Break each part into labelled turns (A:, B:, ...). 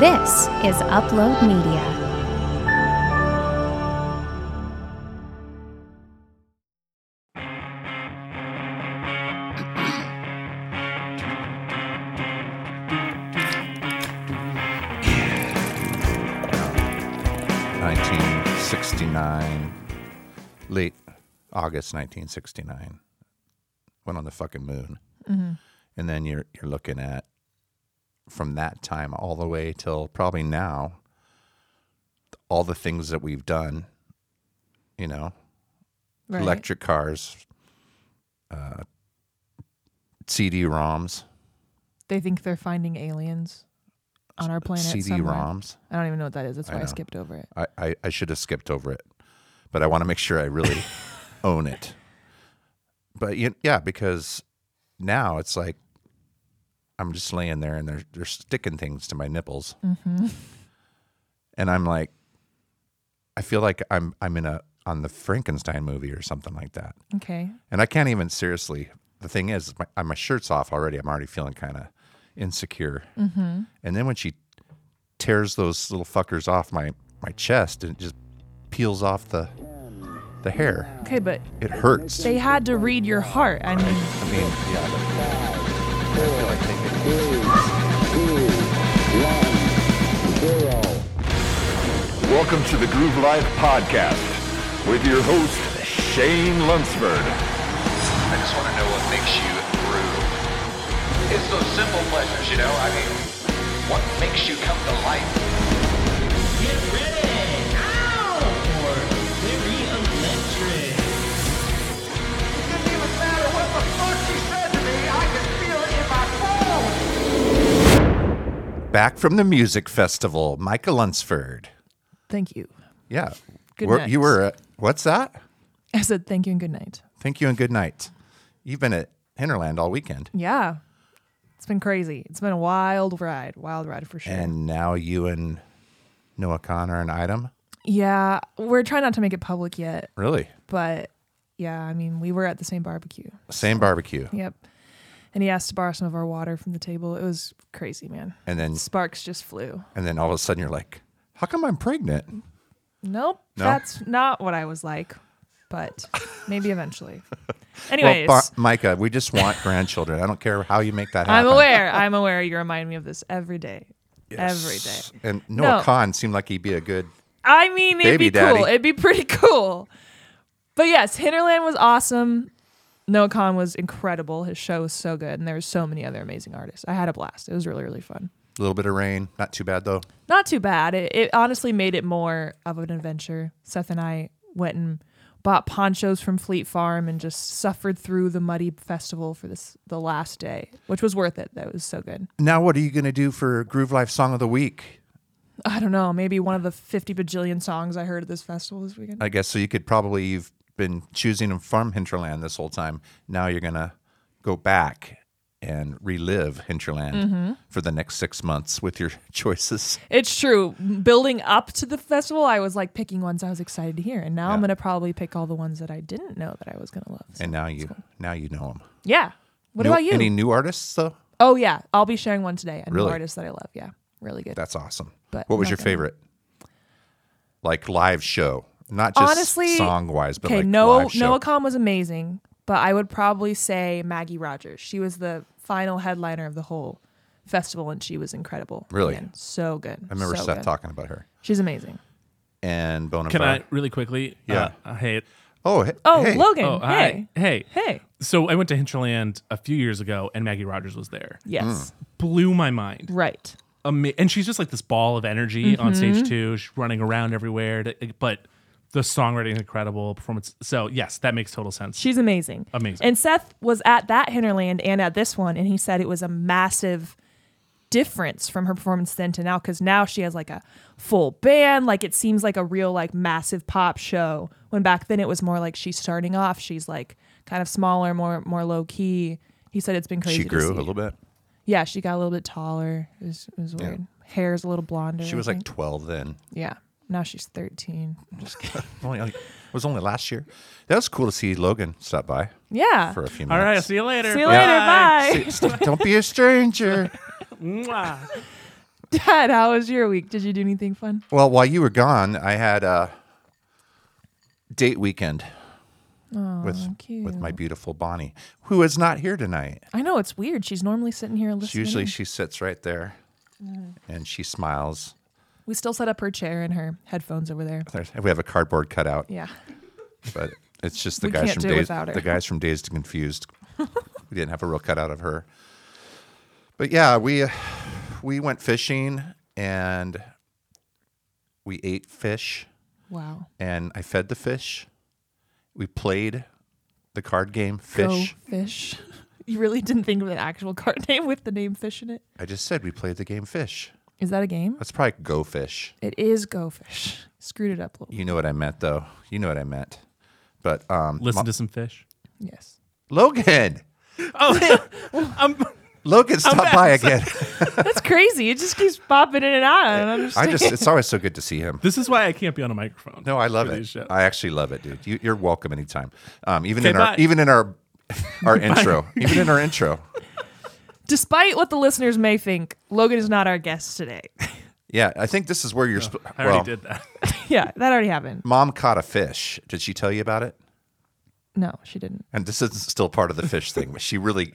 A: This is Upload Media.
B: Nineteen sixty-nine, late August nineteen sixty-nine. Went on the fucking moon,
C: Mm-hmm.
B: and then you're you're looking at from that time all the way till probably now. All the things that we've done, you know,
C: Right.
B: electric cars, uh, CD-ROMs,
C: They think they're finding aliens on our planet. somewhere.
B: CD-ROMs.
C: I don't even know what that is. That's why I,
B: know.
C: skipped over it.
B: I, I, I should have skipped over it, but I want to make sure I really own it. But you, yeah, because now it's like I'm just laying there and they're, they're sticking things to my nipples. And I'm like, I feel like I'm, I'm in a, on the Frankenstein movie or something like that.
C: Okay.
B: And I can't even seriously. The thing is, my, uh, my shirt's off already. I'm already feeling kind of insecure. Mm-hmm. And then when she tears those little fuckers off my my chest and it just peels off the the hair,
C: Okay, but
B: it hurts.
C: they had to read your heart. I mean,
B: I mean, yeah. but- I feel like they could-
D: Welcome to the Groove Life Podcast with your host, Shane Lunsford.
E: I just want to know what makes you groove. It's those simple pleasures, you know? I mean, what makes you come to life?
B: Back from the music festival, Micah Lunsford.
C: thank you.
B: Yeah,
C: Good
B: Were- you
C: night.
B: were. At, what's that?
C: I said thank you and good night.
B: Thank you and good night. You've been at Hinterland all weekend,
C: Yeah. It's been crazy. It's been a wild ride. Wild ride for sure.
B: and now you and Noah Khan are an item.
C: yeah. We're trying not to make it public yet,
B: Really,
C: but yeah, I mean, we were at the same barbecue.
B: same barbecue.
C: Yep. And he asked to borrow some of our water from the table. It was crazy, man.
B: And then
C: Sparks just flew.
B: and then all of a sudden you're like, how come I'm pregnant?
C: Nope.
B: No?
C: That's not what I was like, but maybe eventually.
B: Well,
C: Anyways,
B: Bar- Micah, we just want grandchildren. I don't care how you make that
C: I'm
B: happen.
C: aware. I'm aware. You remind me of this every day. Every day.
B: And Noah
C: No.
B: Khan seemed like he'd be a good.
C: I mean, it'd
B: Baby
C: be cool.
B: daddy.
C: It'd be pretty cool. But yes, Hinterland was awesome. Noah Khan was incredible. His show was so good, and there were so many other amazing artists. I had a blast. It was really, really fun.
B: little bit of rain, not too bad though.
C: not too bad. It, it honestly made it more of an adventure. Seth and I went and bought ponchos from Fleet Farm and just suffered through the muddy festival for this the last day, which was worth it. That was so good.
B: Now, what are you going to do for Groove Life Song of the Week?
C: I don't know, maybe one of the fifty bajillion songs I heard at this festival this weekend.
B: I guess so. You could probably you've been choosing them from Hinterland this whole time. Now you're going to go back and relive Hinterland
C: Mm-hmm.
B: for the next six months with your choices.
C: It's true. Building up to the festival, I was like picking ones I was excited to hear, and now I'm gonna probably pick all the ones that I didn't know that I was gonna love. So,
B: And now you now you know them.
C: yeah. What about you?
B: Any new artists though?
C: oh yeah, I'll be sharing one today. A
B: Really?
C: new artist that I love. Yeah, really good.
B: That's awesome.
C: But
B: what was
C: not
B: your
C: gonna-
B: favorite? Like live show, not just
C: honestly
B: song wise, but
C: okay
B: like
C: noah
B: live show.
C: noah Con was amazing but i would probably say maggie rogers she was the final headliner of the whole festival and she was incredible
B: Really?
C: Man, so good
B: I remember Seth talking about her
C: she's amazing
B: and Bone and
F: Can I
B: Bar-
F: really quickly?
B: Yeah.
F: Uh, hey.
B: Oh, he-
C: oh
B: hey.
C: logan
F: Oh,
C: hey
F: hi. Hey.
C: hey
F: So I went to Hinterland a few years ago, and Maggie Rogers was there.
C: yes
F: Blew my
B: Hmm.
F: mind.
C: right
F: Ama- and she's just like this ball of energy on
C: Mm-hmm.
F: stage two. She's running around everywhere, to- but the songwriting is incredible. Performance. So yes, that makes total sense.
C: she's amazing
F: Amazing.
C: and seth was at that hinterland and at this one and he said it was a massive difference from her performance then to now because now she has like a full band like it seems like a real like massive pop show when back then it was more like she's starting off she's like kind of smaller more more low key he said it's been crazy
B: She
C: to
B: grew a
C: see.
B: little bit.
C: yeah she got a little bit taller it was, it was weird hair's a little blonder
B: She
C: I
B: was like
C: think.
B: 12 then.
C: yeah now she's 13
B: Only like, it was only last year. That was cool to see Logan stop by
C: yeah
B: for a few
F: All right.
B: minutes.
F: See you later.
C: see you later bye
B: Don't be a stranger.
F: Mwah.
C: Dad, how was your week? Did you do anything fun?
B: Well, while you were gone, I had a date weekend with with my beautiful Bonnie, who is not here tonight.
C: I know it's weird. She's normally sitting here listening.
B: She usually she sits right there, and she smiles.
C: we still set up her chair and her headphones over there.
B: There's, we have a cardboard cutout,
C: Yeah.
B: but it's just the
C: We
B: guys
C: can't
B: from
C: do
B: Days,
C: without her.
B: the guys from Dazed and Confused. we didn't have a real cutout of her, but yeah, we uh, we went fishing and we ate fish.
C: Wow.
B: and I fed the fish. We played the card game Fish.
C: Go fish. You really didn't think of an actual card name with the name fish in it?
B: I just said we played the game Fish.
C: Is that a game?
B: That's probably Go Fish.
C: It is go fish. Screwed it up a little.
B: You know what I meant, though. You know what I meant. But um,
F: Listen to some fish.
C: Yes.
B: Logan,
F: Oh, I'm,
B: Logan, stop by again.
C: That's crazy. It just keeps popping in and out. I don't
B: I
C: understand.
B: just, it's always so good to see him.
F: this is why I can't be on a microphone.
B: No, I love
F: for these
B: it.
F: shows.
B: I actually love it, dude. You, you're welcome anytime. Um, even
F: Okay,
B: in our,
F: bye.
B: even in our, our intro, even in our intro.
C: Despite what the listeners may think, Logan is not our guest today.
B: Yeah, I think this is where you're. sp-
F: Oh, I already
B: well,
F: did that.
C: yeah, that already happened.
B: Mom caught a fish. Did she tell you about it?
C: No, she didn't.
B: and this is still part of the fish thing, but she really,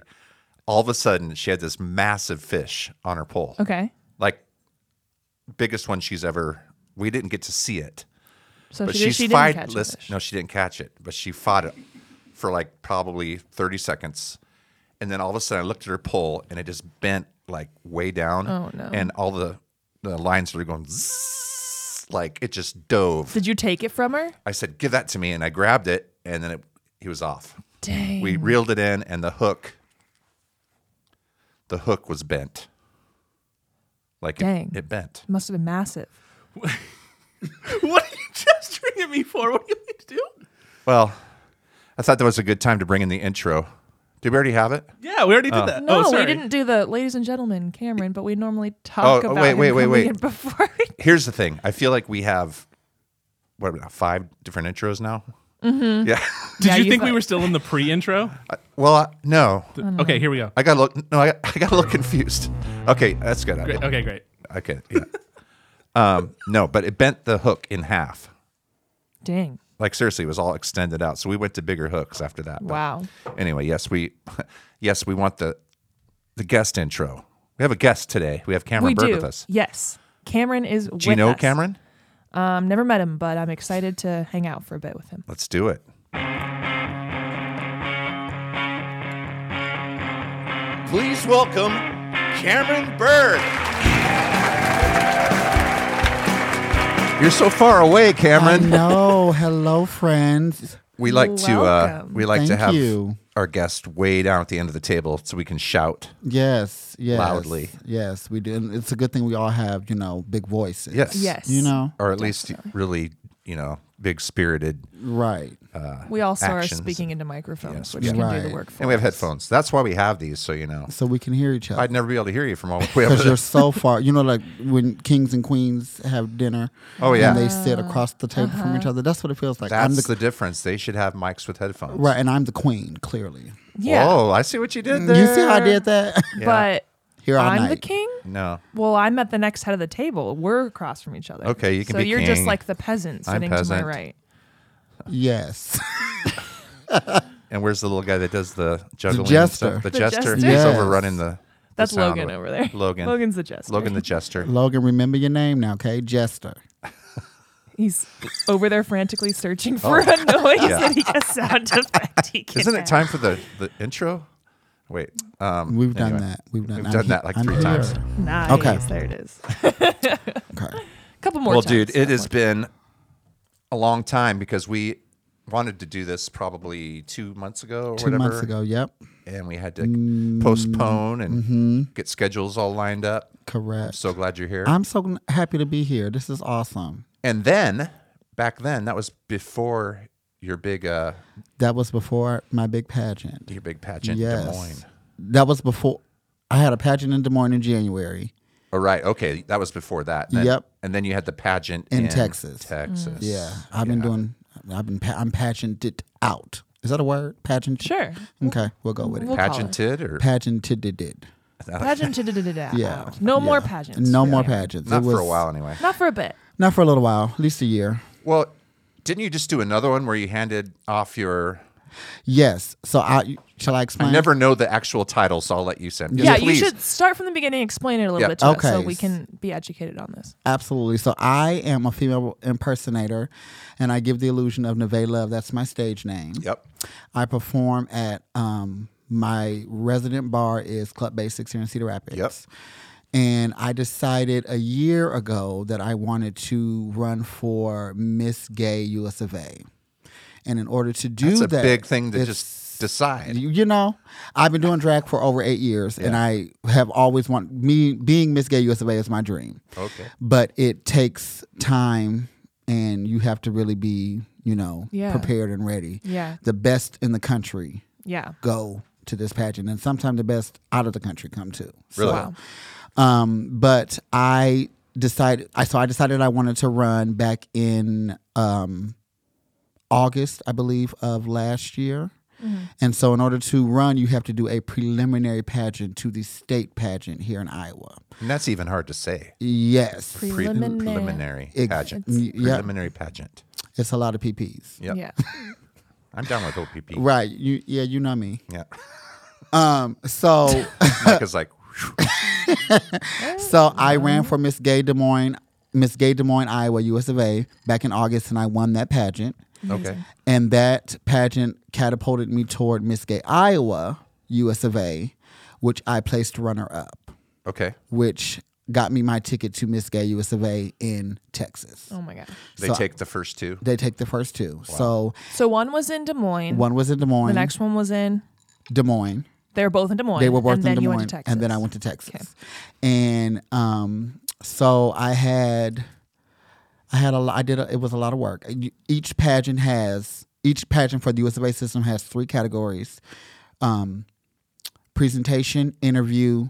B: all of a sudden, she had this massive fish on her pole,
C: Okay.
B: like biggest one she's ever. We didn't get to see it,
C: So
B: but
C: she, did,
B: she's
C: she didn't
B: fight.
C: catch a
B: listen-
C: fish.
B: no, she didn't catch it, but she fought it for like probably thirty seconds, and then all of a sudden, I looked at her pole, and it just bent like way down.
C: Oh, no.
B: And all the the lines were going. Zzz, like it just dove.
C: Did you take it from her?
B: I said, "Give that to me," and I grabbed it, and then it, he was off.
C: Dang.
B: We reeled it in, and the hook, the hook was bent. Like it,
C: Dang.
B: it bent.
C: Must have been massive.
F: what are you gesturing at me for? What do you mean to do?
B: Well, I thought that was a good time to bring in the intro. Did we already have it?
F: Yeah, we
B: Uh.
F: already did that.
C: No,
F: oh, sorry.
C: we didn't do the ladies and gentlemen, Cameron, but we normally talk
B: oh,
C: about
B: wait,
C: him
B: wait, wait,
C: coming
B: wait.
C: in before.
B: Here's the thing. I feel like we have what about five different intros now. Mm-hmm. Yeah.
F: Did
C: Yeah,
F: you
C: you
F: think we
C: thought-
F: were still in the pre-intro?
B: well, I, no,
F: okay, here we go.
B: I got a little. No, I, I got a little confused. Okay, that's good.
F: Great. Okay, great.
B: Okay. Yeah. um, no, but it bent the hook in half.
C: Dang.
B: Like seriously, it was all extended out. So we went to bigger hooks after that. but-
C: Wow.
B: anyway, yes, we yes, we want the the guest intro. We have a guest today. We have Cameron
C: we
B: Bird
C: do.
B: with us.
C: Yes. Cameron is with
B: Do you know
C: us.
B: Cameron?
C: Um, never met him, but I'm excited to hang out for a bit with him.
B: Let's do it. Please welcome Cameron Bird. You're so far away, Cameron.
G: No, hello, friends.
B: We like to uh,
C: Welcome.
B: we like to
G: Thank
B: have
G: you.
B: our guest way down at the end of the table so we can shout.
G: Yes, yes,
B: Loudly.
G: Yes, we do. And it's a good thing we all have, you know, big voices.
B: Yes.
C: Yes.
G: you know,
B: Or at least really, you know, big spirited
G: right?
C: We also
B: actions.
C: are speaking into microphones,
B: Yes,
C: which
B: yeah.
C: can do the
G: Right.
C: work for
B: And we have
C: us.
B: headphones. That's why we have these, so you know.
G: So we can hear each
B: I'd
G: other
B: never be able to hear you from all the way over
G: because
B: there.
G: you're so far. You know, like when kings and queens have dinner.
B: Oh, yeah.
G: and they sit across the table
C: Uh-huh.
G: from each other. That's what it feels like. I'm
B: That's
G: the,
B: the difference. They should have mics with headphones.
G: right, and I'm the queen. Clearly,
C: Yeah.
B: Oh, I see what you did there.
G: Mm. you see how I did that?
C: But
G: Here all
C: I'm
G: night.
C: the king?
B: No.
C: Well, I'm at the next head of the table. We're across from each other.
B: Okay, you can
C: so
B: be
C: you're just
B: king.
C: like the peasant
B: I'm
C: sitting to
B: peasant.
C: my right.
G: Yes,
B: And where's the little guy that does the juggling? and
G: jester.
B: stuff? The,
C: The
B: jester.
C: jester.
B: He's
G: Yes.
B: overrunning the. the
C: That's
B: sound
C: Logan
B: wa-
C: over there.
B: Logan.
C: Logan's the jester.
B: Logan the jester.
G: Logan, remember your name now, okay? Jester.
C: He's over there frantically searching for a noise that he just sound effect he
B: Oh.
C: can
B: Isn't it
C: add.
B: time for the, the intro? Wait. Um,
G: We've done
B: anyway.
G: that. We've done,
B: We've
G: I'm
B: done
G: he-
B: that like
G: I'm
B: three
G: here.
B: times.
C: Nice.
G: Okay.
C: There it is.
G: Okay.
C: couple more
B: well,
C: times.
B: dude, it has been a long time because we wanted to do this probably two months ago or
G: Two
B: whatever.
G: months ago. Mm-hmm. Yep.
B: and we had to postpone and get schedules all lined up. I'm
G: Mm-hmm. Correct.
B: so glad you're here.
G: I'm so gn- happy to be here. This is awesome.
B: and then back then, that was before your big uh
G: That was before my big pageant.
B: your big pageant in Des Moines.
G: Yes. That was before I had a pageant in Des Moines in January.
B: Oh right, okay, that was before that. Then-
G: Yep.
B: And then you had the pageant
G: In Texas.
B: Texas.
G: Yeah. I've been doing I've been pa- I'm pageanted out. Is that a word? Pageant
C: Sure.
G: Okay, we'll go with it.
C: We'll call it.
B: Pageanted or
G: Pageanted.
C: Pageant. da-da-da-da-da.
G: Yeah.
C: No more
G: Yeah.
C: pageants.
G: No
C: really.
G: more pageants.
B: Not
G: It
B: for a
G: was-
B: while, anyway.
C: Not for a bit.
G: Not for a little while, at least a year.
B: Well, didn't you just do another one where you handed off your?
G: Yes. So I shall I explain?
B: I never know the actual title, so I'll let you send.
C: yeah,
B: please.
C: you should start from the beginning. Explain it a little
B: Yeah.
C: bit to us so
G: Okay.
C: we can be educated on this.
G: Absolutely. So I am a female impersonator, and I give the illusion of Neve Love. That's my stage name.
B: Yep.
G: I perform at um, my resident bar is Club Basics here in Cedar Rapids.
B: Yep.
G: And I decided a year ago that I wanted to run for Miss Gay US of A. And in order to do
B: It's a
G: that,
B: big thing to
G: it's-
B: just decide.
G: you, you know, I've been doing drag for over eight years, and I have always want me being Miss Gay US of A is my dream.
B: Okay.
G: but it takes time, and you have to really be, you know,
C: Yeah.
G: prepared and ready.
C: Yeah.
G: the best in the country
C: Yeah.
G: go to this pageant, and sometimes the best out of the country come too.
B: Really?
G: So, um, but I decided. I so I decided I wanted to run back in um, August, I believe, of last year.
C: Mm-hmm.
G: And so, in order to run, you have to do a preliminary pageant to the state pageant here in Iowa.
B: And that's even hard to say.
G: Yes,
B: Pre-
C: Preliminary.
B: preliminary
G: Ex-
B: pageant.
G: it's- yeah.
B: Preliminary pageant.
G: it's a lot of PPs.
B: Yep.
C: Yeah.
B: I'm down with OPP.
G: Right? You, yeah, you know me.
B: Yeah.
G: Um, so
B: Mike is like, whew,
G: So I ran for Miss Gay Des Moines, Miss Gay Des Moines, Iowa, US of A, back in August, and I won that pageant.
B: okay.
G: And that pageant catapulted me toward Miss Gay Iowa, US of A, which I placed runner up,
B: Okay.
G: which got me my ticket to Miss Gay US of A in Texas.
C: Oh my god.
B: They
G: So-
B: take the first two.
G: They take the first two. So
C: So one was in Des Moines.
G: one was in Des Moines,
C: The next one was in.
G: Des Moines.
C: They were both in Des Moines.
G: They were both
C: and
G: in
C: then
G: Des
C: you
G: Moines,
C: went to Texas.
G: and then I went to Texas. And um, so I had, I had a lot. I did. A, it was a lot of work. You- Each pageant has each pageant for the US of A system has three categories: um, presentation, interview.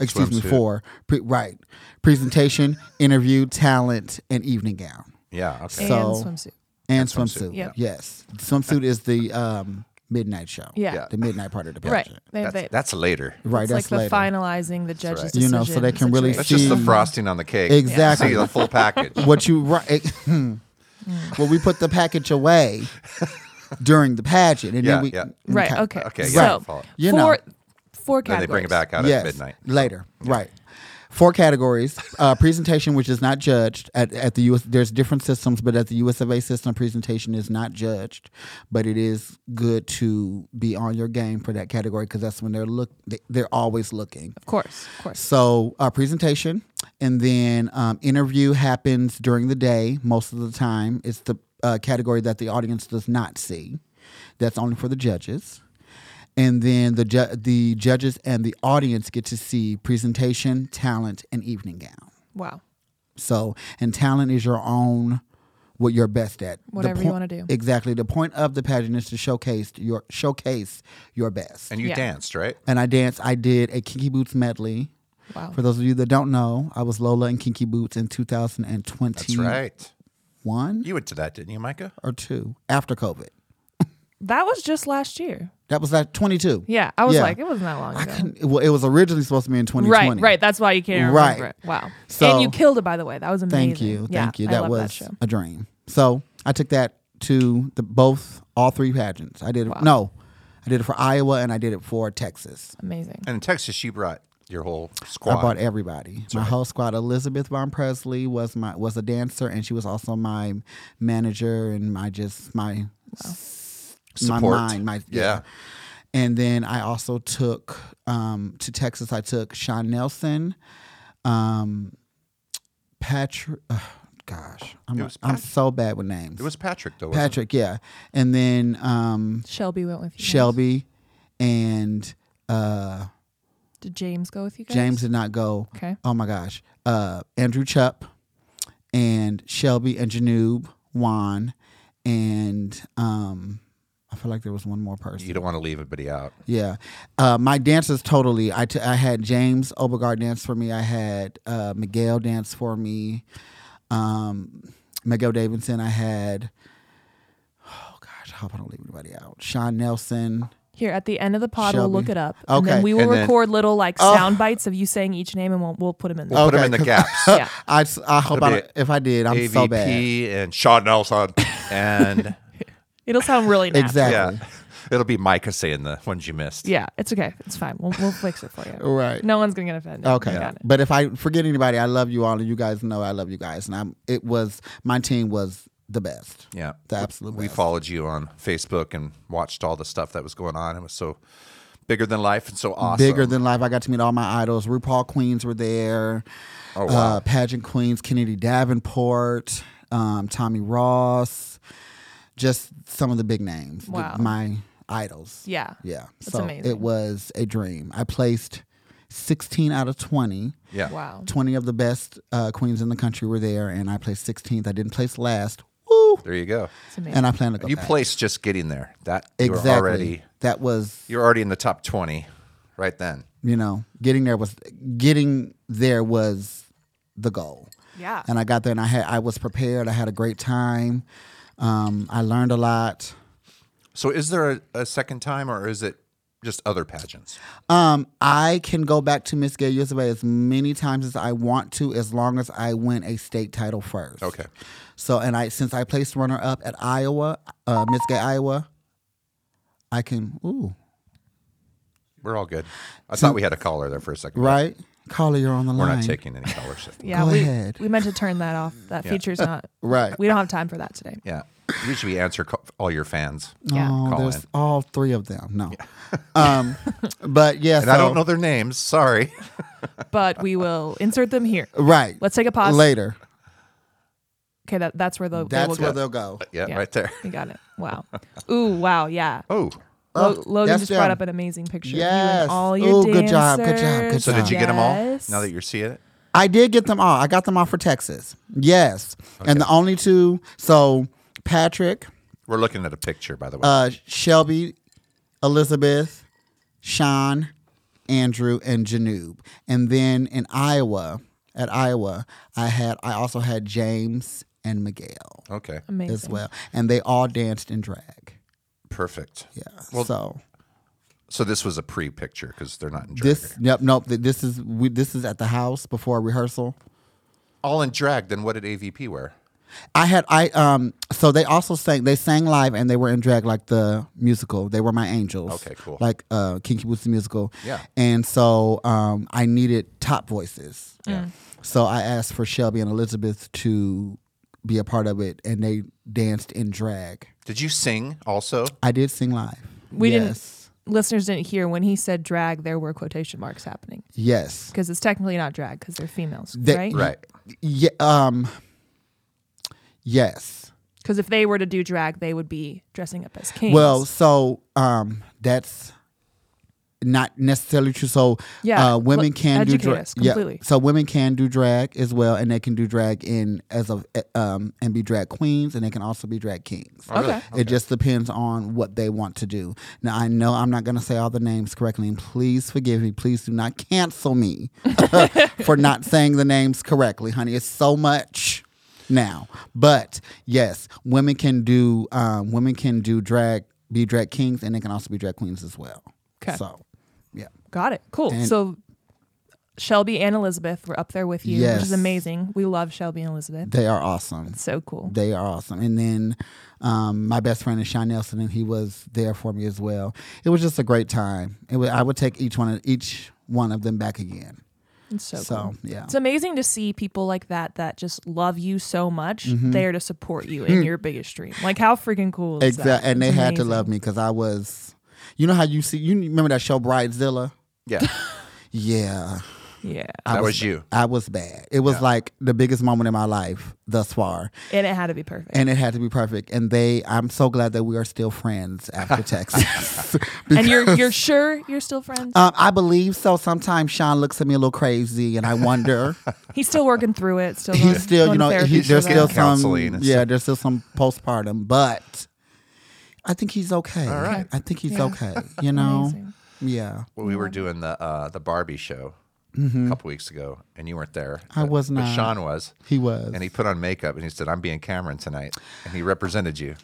G: Excuse me,
B: Swimsuit.
G: four. Pre, right, presentation, interview, talent, and evening gown
B: Yeah. Okay.
C: And
G: so-
C: swimsuit.
G: and,
B: swimsuit.
G: swimsuit.
C: Yep.
G: Yes, swimsuit is the um, midnight show.
C: Yeah. Yeah.
G: the midnight part of the
C: Right.
G: pageant.
C: They,
B: That's,
C: they,
B: that's later.
G: Right,
C: it's
G: that's
C: like
G: later.
C: the finalizing the judge's
B: right.
C: decision.
G: You know, so they can really
B: That's just
C: situation.
B: the
G: See-
B: frosting on the cake.
G: Exactly.
B: See the full package.
G: what you right well we put the package away during the pageant and
B: Yeah,
G: then we Mm,
B: yeah.
C: Right. Okay.
B: Okay, yeah,
C: So
B: follow.
G: You know.
C: four, four
B: Then they
C: categories.
B: bring it back out
G: yes
B: at midnight.
G: later right four categories uh, presentation which is not judged at, at the us there's different systems but at the us of a system presentation is not judged but it is good to be on your game for that category because that's when they're look they- they're always looking
C: Of course. Of course.
G: So uh, presentation, and then um, interview happens during the day most of the time. It's the uh, category that the audience does not see. That's only for the judges, and then the ju- the judges and the audience get to see presentation, talent, and evening gown.
C: Wow.
G: So, and talent is your own what you're best at. The
C: Whatever you
G: point-
C: wanna do.
G: Exactly. The point of the pageant is to showcase your showcase your best.
B: And you
C: Yeah.
B: danced, right?
G: and I danced. I did a Kinky Boots medley.
C: Wow.
G: For those of you that don't know, I was Lola in Kinky Boots in
B: That's
G: 2021
B: right. You went to that, didn't you, Micah?
G: or two after COVID.
C: That was just last year.
G: That was at 22.
C: Yeah. I was
G: Yeah.
C: like, it wasn't that long ago.
G: Well, it was originally supposed to be in
C: Right,
G: 2020.
C: right. That's why you can't
G: Right.
C: remember it. Wow.
G: So-
C: and you killed it, by the way. That was amazing.
G: Thank you.
C: Yeah,
G: Thank you.
C: I
G: That
C: love
G: was
C: that show.
G: a dream. So I took that to the both, all three pageants. I did it. No, I did it for Iowa and I did it for Texas.
C: amazing.
B: And in Texas, you brought your whole squad.
G: I brought everybody. my whole squad. Elizabeth Von Presley was my was a dancer, and she was also my manager and my just my s-
B: Support.
G: my mind. My
B: Yeah.
G: And then I also took um, to Texas. I took Sean Nelson, um, Patrick. Uh, gosh, I'm,
B: It was
G: I'm
B: Patrick.
G: so bad with names.
B: It was Patrick, though. wasn't it?
G: Patrick, yeah. And then um,
C: Shelby went with you. guys.
G: Shelby and uh,
C: Did James go with you guys?
G: James did not go.
C: Okay.
G: Oh my gosh. Uh, Andrew Chup and Shelby and Janoob Juan and um, I feel like there was one more person.
B: You don't want to leave anybody out.
G: Yeah. Uh, my dancers totally. I, t- I had James Obergard dance for me. I had uh, Miguel dance for me. Um, Miguel Davidson. I had, oh gosh, I hope I don't leave anybody out. Sean Nelson.
C: Here at the end of the pod, we'll
G: Shelby.
C: look it up. And then
G: Okay. Oh.
C: we will
B: And then-
C: record little like sound bites of you saying each name, and we'll we'll put them in there.
B: Put 'em
G: Okay,
B: in the
G: 'cause-
B: gaps.
C: Yeah.
G: I, s- I hope
B: It'll
G: I
B: be
G: don't, if I did, I'm so bad.
B: AVP and Sean Nelson and
C: It'll sound really nice.
G: Exactly.
B: yeah, it'll be Micah saying the ones you missed.
C: Yeah, it's okay. It's fine. We'll we'll fix it for you.
G: Right.
C: No one's gonna get offended.
G: Okay.
C: You got it.
G: But if I forget anybody, I love you all, and you guys know I love you guys. And I'm. It was my team was the best.
B: Yeah.
G: The absolute
B: We
G: best.
B: followed you on Facebook and watched all the stuff that was going on. It was so bigger than life and so awesome.
G: Bigger than life. I got to meet all my idols. RuPaul queens were there.
B: Oh, wow.
G: Uh, pageant queens, Kennedy Davenport, um, Tommy Ross, just some of the big names. the-
C: Wow.
G: my idols.
C: Yeah.
G: Yeah.
C: That's
G: so
C: amazing.
G: it was a dream. I placed 16 out of 20.
B: Yeah.
C: Wow.
G: 20 of the best uh, queens in the country were there, and I placed 16th. I didn't place last. Woo!
B: There you go.
C: It's amazing.
G: And I plan to go
B: You
G: back.
B: placed just getting there. That
G: exactly.
B: you were already
G: That was
B: you're already in the top twenty right then.
G: you know getting there was getting there was the goal.
C: Yeah.
G: And I got there, and I had I was prepared. I had a great time. Um, I learned a lot.
B: So is there a, a second time or is it just other pageants?
G: Um, I can go back to Miss Gay USA as many times as I want to, as long as I win a state title first.
B: Okay.
G: So, and I since I placed runner up at Iowa, uh, Miss Gay Iowa, I can ooh
B: We're all good. I thought we had a caller there for a second. but
G: right. Carla, you're on the
B: We're
G: line.
B: not taking any callers.
C: yeah,
G: Go
C: we,
G: ahead.
C: we meant to turn that off. That feature's not
G: Right.
C: We don't have time for that today.
B: Yeah. Usually we answer ca- all your fans.
C: Yeah.
G: Oh,
B: Call
G: there's
B: in.
G: all three of them. No. um, but yeah,
B: And
G: so,
B: I don't know their names. Sorry.
C: But we will insert them here.
G: Right.
C: Let's take a pause.
G: later.
C: Okay, that, that's where the
G: That's
C: will
G: where
C: go.
G: they'll go.
B: Yeah,
C: Yeah.
B: right there.
C: We got it. Wow. Ooh, wow, yeah.
B: Oh.
C: Lo-
G: Oh,
C: Logan
G: that's
C: just brought
G: them.
C: up an amazing picture. of You
G: Yes.
C: and all your
G: Ooh, good job, good job, good
C: dancers.
B: So did you get them all
C: Yes.
B: now that you're seeing it?
G: I did get them all. I got them all for Texas. Yes. And the only two, so Patrick,
B: We're looking at a picture, by the way.
G: uh, Shelby, Elizabeth, Sean, Andrew, and Janoob. And then in Iowa, at Iowa, I had I also had James and Miguel
B: okay.
C: Amazing.
G: as well. And they all danced in drag.
B: Perfect.
G: Yeah. so
B: So this was a pre picture because they're not in drag.
G: this yep, nope. th- This is we, this is at the house before rehearsal.
B: All in drag. Then what did AVP wear?
G: I had I um so they also sang they sang live and they were in drag like the musical. They were my angels.
B: Okay, cool.
G: Like uh Kinky Boots the musical.
B: Yeah.
G: And so um I needed top voices.
C: Mm.
G: Yeah. So I asked for Shelby and Elizabeth to be a part of it and they danced in drag.
B: Did you sing also?
G: I did sing live.
C: We didn't-
G: yes.
C: Listeners didn't hear when he said drag, there were quotation marks happening
G: didn't Yes.
C: because it's technically not drag because they're females,
G: They-
C: right?
B: Right.
G: Yeah um Yes.
C: Because if they were to do drag, they would be dressing up as kings.
G: Well, so um, that's not necessarily true. So
C: Yeah,
G: uh, women
C: look,
G: can do
C: educate
G: drag.
C: us completely.
G: So women can do drag as well, and they can do drag in as a um, and be drag queens, and they can also be drag kings.
C: okay.
G: It just depends on what they want to do. Now, I know I'm not going to say all the names correctly, and please forgive me. Please do not cancel me for not saying the names correctly, honey. It's so much now, but yes, women can do um, women can do drag, be drag kings, and they can also be drag queens as well.
C: 'Kay.
G: So, yeah,
C: Got it. Cool.
G: And-
C: so Shelby and Elizabeth were up there with you, which
G: Yes.
C: is amazing. We love Shelby and Elizabeth.
G: they are awesome.
C: so cool.
G: They are awesome. And then um, my best friend is Sean Nelson, and he was there for me as well. It was just a great time. It wa- I would take each one of each one of them back again.
C: It's so,
G: So,
C: cool.
G: yeah.
C: It's amazing to see people like that that just love you so much.
G: Mm-hmm.
C: There to support you in your biggest dream. Like how freaking cool is that?
G: Exactly. Hmm. And they
C: It's
G: had to
C: amazing.
G: love me because I was, you know how you see, you remember that show Bridezilla?
B: Yeah.
G: Yeah,
C: Yeah.
B: that was you.
G: I was bad. It was like the biggest moment in my life thus far,
C: And it had to be perfect.
G: and it had to be perfect. And they, I'm so glad that we are still friends after Texas.
C: and you're you're sure you're still friends?
G: Um, I believe so. Sometimes Sean looks at me a little crazy, and I wonder.
C: he's still working through it. Still, going,
G: he's still,
C: going
G: you
C: to
G: know,
C: therapy
G: he,
C: for
G: there's
C: that.
G: still
B: Counseling
G: some,
B: and
G: yeah,
B: stuff.
G: there's still some postpartum, but I think he's okay. All
B: right.
G: I think he's okay. You know,
C: Amazing.
G: yeah,
B: Well, we were doing the uh, the Barbie show a couple weeks ago, and you weren't there.
G: Mm-hmm. I was
B: But
G: not.
B: Sean was.
G: he was
B: And he put on makeup and he said, I'm being Cameron tonight. And he represented you.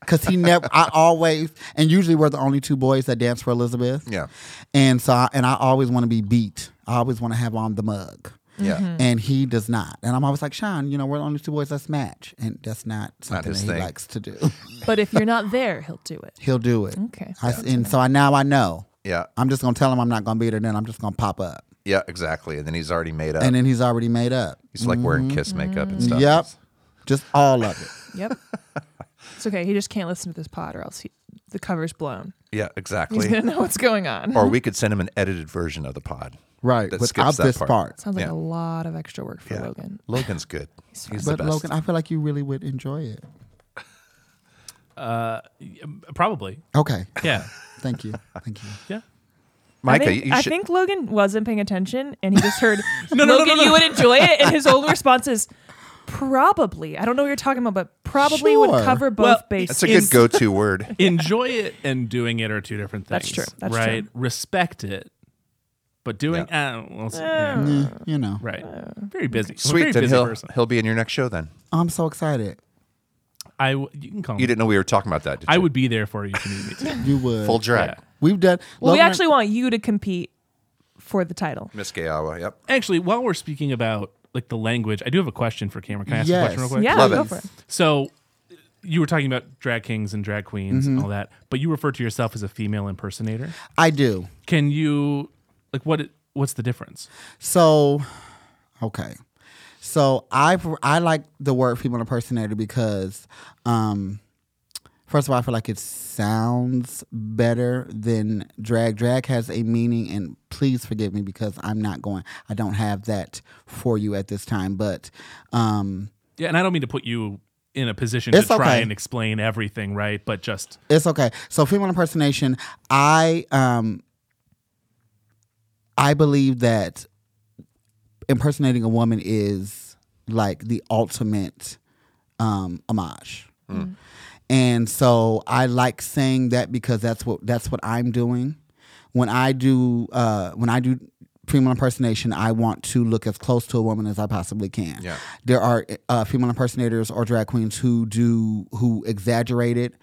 G: because he never. I always and usually we're the only two boys that dance for Elizabeth.
B: Yeah.
G: and so I, and I always want to be beat. I always want to have on the mug.
B: Yeah.
C: Mm-hmm.
G: and he does not. And I'm always like Sean. You know, we're the only two boys that's match, and that's not something
B: his
G: that
B: thing.
G: he likes to do.
C: But if you're not there, he'll do it.
G: He'll do it.
C: Okay.
G: I, and so I now I know.
B: Yeah.
G: I'm just gonna tell him I'm not gonna be there. Then I'm just gonna pop up,
B: Yeah, exactly. And then he's already made up.
G: and then he's already made up.
B: he's like wearing kiss makeup and stuff.
G: Yep, just all of it.
C: Yep. it's okay. He just can't listen to this pod, or else he, the cover's blown.
B: Yeah,
C: He's gonna
B: exactly.
C: know what's going on.
B: or we could send him an edited version of the pod.
G: Right,
B: That
G: without
B: skips that
G: this
B: part.
G: part.
C: Sounds like
B: Yeah.
C: a lot of extra work for
B: Yeah.
C: Logan.
B: Logan's good. He's, the
G: But
B: best.
G: Logan, I feel like you really would enjoy it.
F: Probably.
G: Okay,
F: Yeah.
G: thank you, thank you.
F: Yeah.
B: Micah,
C: I think,
B: you
C: I
B: should.
C: think Logan wasn't paying attention, and he just heard
F: No, no, no,
C: Logan,
F: no, no.
C: you would enjoy it, and his only response is probably. I don't know what you're talking about, but probably would
G: Sure.
C: cover both
F: Well,
C: bases.
B: that's a good go-to word.
F: Enjoy it and doing it are two different
C: That's
F: things.
C: true. That's
F: right.
C: true.
F: Respect it, but doing. Uh, well,
C: Eh.
F: it's- yeah.
G: Yeah, you know,
F: Right. Very busy. Very
B: Sweet, then
F: busy
B: he'll
F: person.
B: he'll be in your next show. Then
G: I'm so excited.
F: I. w- You can call me.
B: you didn't know we were talking about that. Did
F: I
B: you?
F: would be there for you if you need me to.
G: You would.
B: full drag.
F: Yeah.
G: We've done.
C: well, we
G: Logan-
C: actually want you to compete for the title.
B: Miss Gayawa. Yep.
F: Actually, while we're speaking about like the language, I do have a question for Cameron. Can I ask a question
G: Yes.
F: real quick?
C: Yeah,
B: Love
C: go
B: it.
C: for it.
F: So you were talking about drag kings and drag queens and all that, but you refer to yourself as a female impersonator.
G: I do.
F: Can you like what what's the difference?
G: So, okay. So I I like the word female impersonator because, um, first of all, I feel like it sounds better than drag. Drag has a meaning, and please forgive me because I'm not going. I don't have that for you at this time, but um,
F: Yeah, and I don't mean to put you in a position
G: It's
F: to try
G: okay.
F: and explain everything, right? But just
G: It's okay. So female impersonation, I um I believe that impersonating a woman is like the ultimate um homage. And so I like saying that because that's what that's what I'm doing. When I do uh when I do female impersonation, I want to look as close to a woman as I possibly can.
B: Yeah.
G: There are uh, female impersonators or drag queens who do who exaggerate it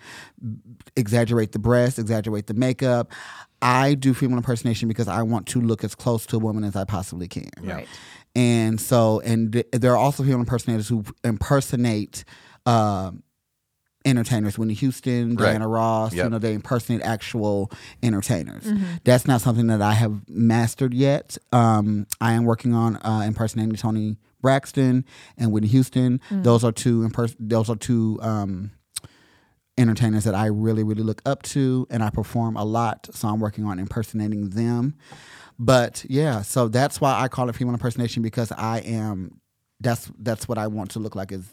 G: exaggerate the breasts, exaggerate the makeup. I do female impersonation because I want to look as close to a woman as I possibly can.
C: Right.
G: And so, and th- there are also female impersonators who impersonate um entertainers, Whitney Houston,
B: Right.
G: Diana Ross.
B: Yep.
G: You know, they impersonate actual entertainers. That's not something that I have mastered yet. Um, I am working on uh, impersonating Tony Braxton and Whitney Houston. Those are two impers- Those are two. Um, entertainers that I really, really look up to, and I perform a lot. So I'm working on impersonating them. But yeah, so that's why I call it female impersonation because I am. That's that's what I want to look like. Is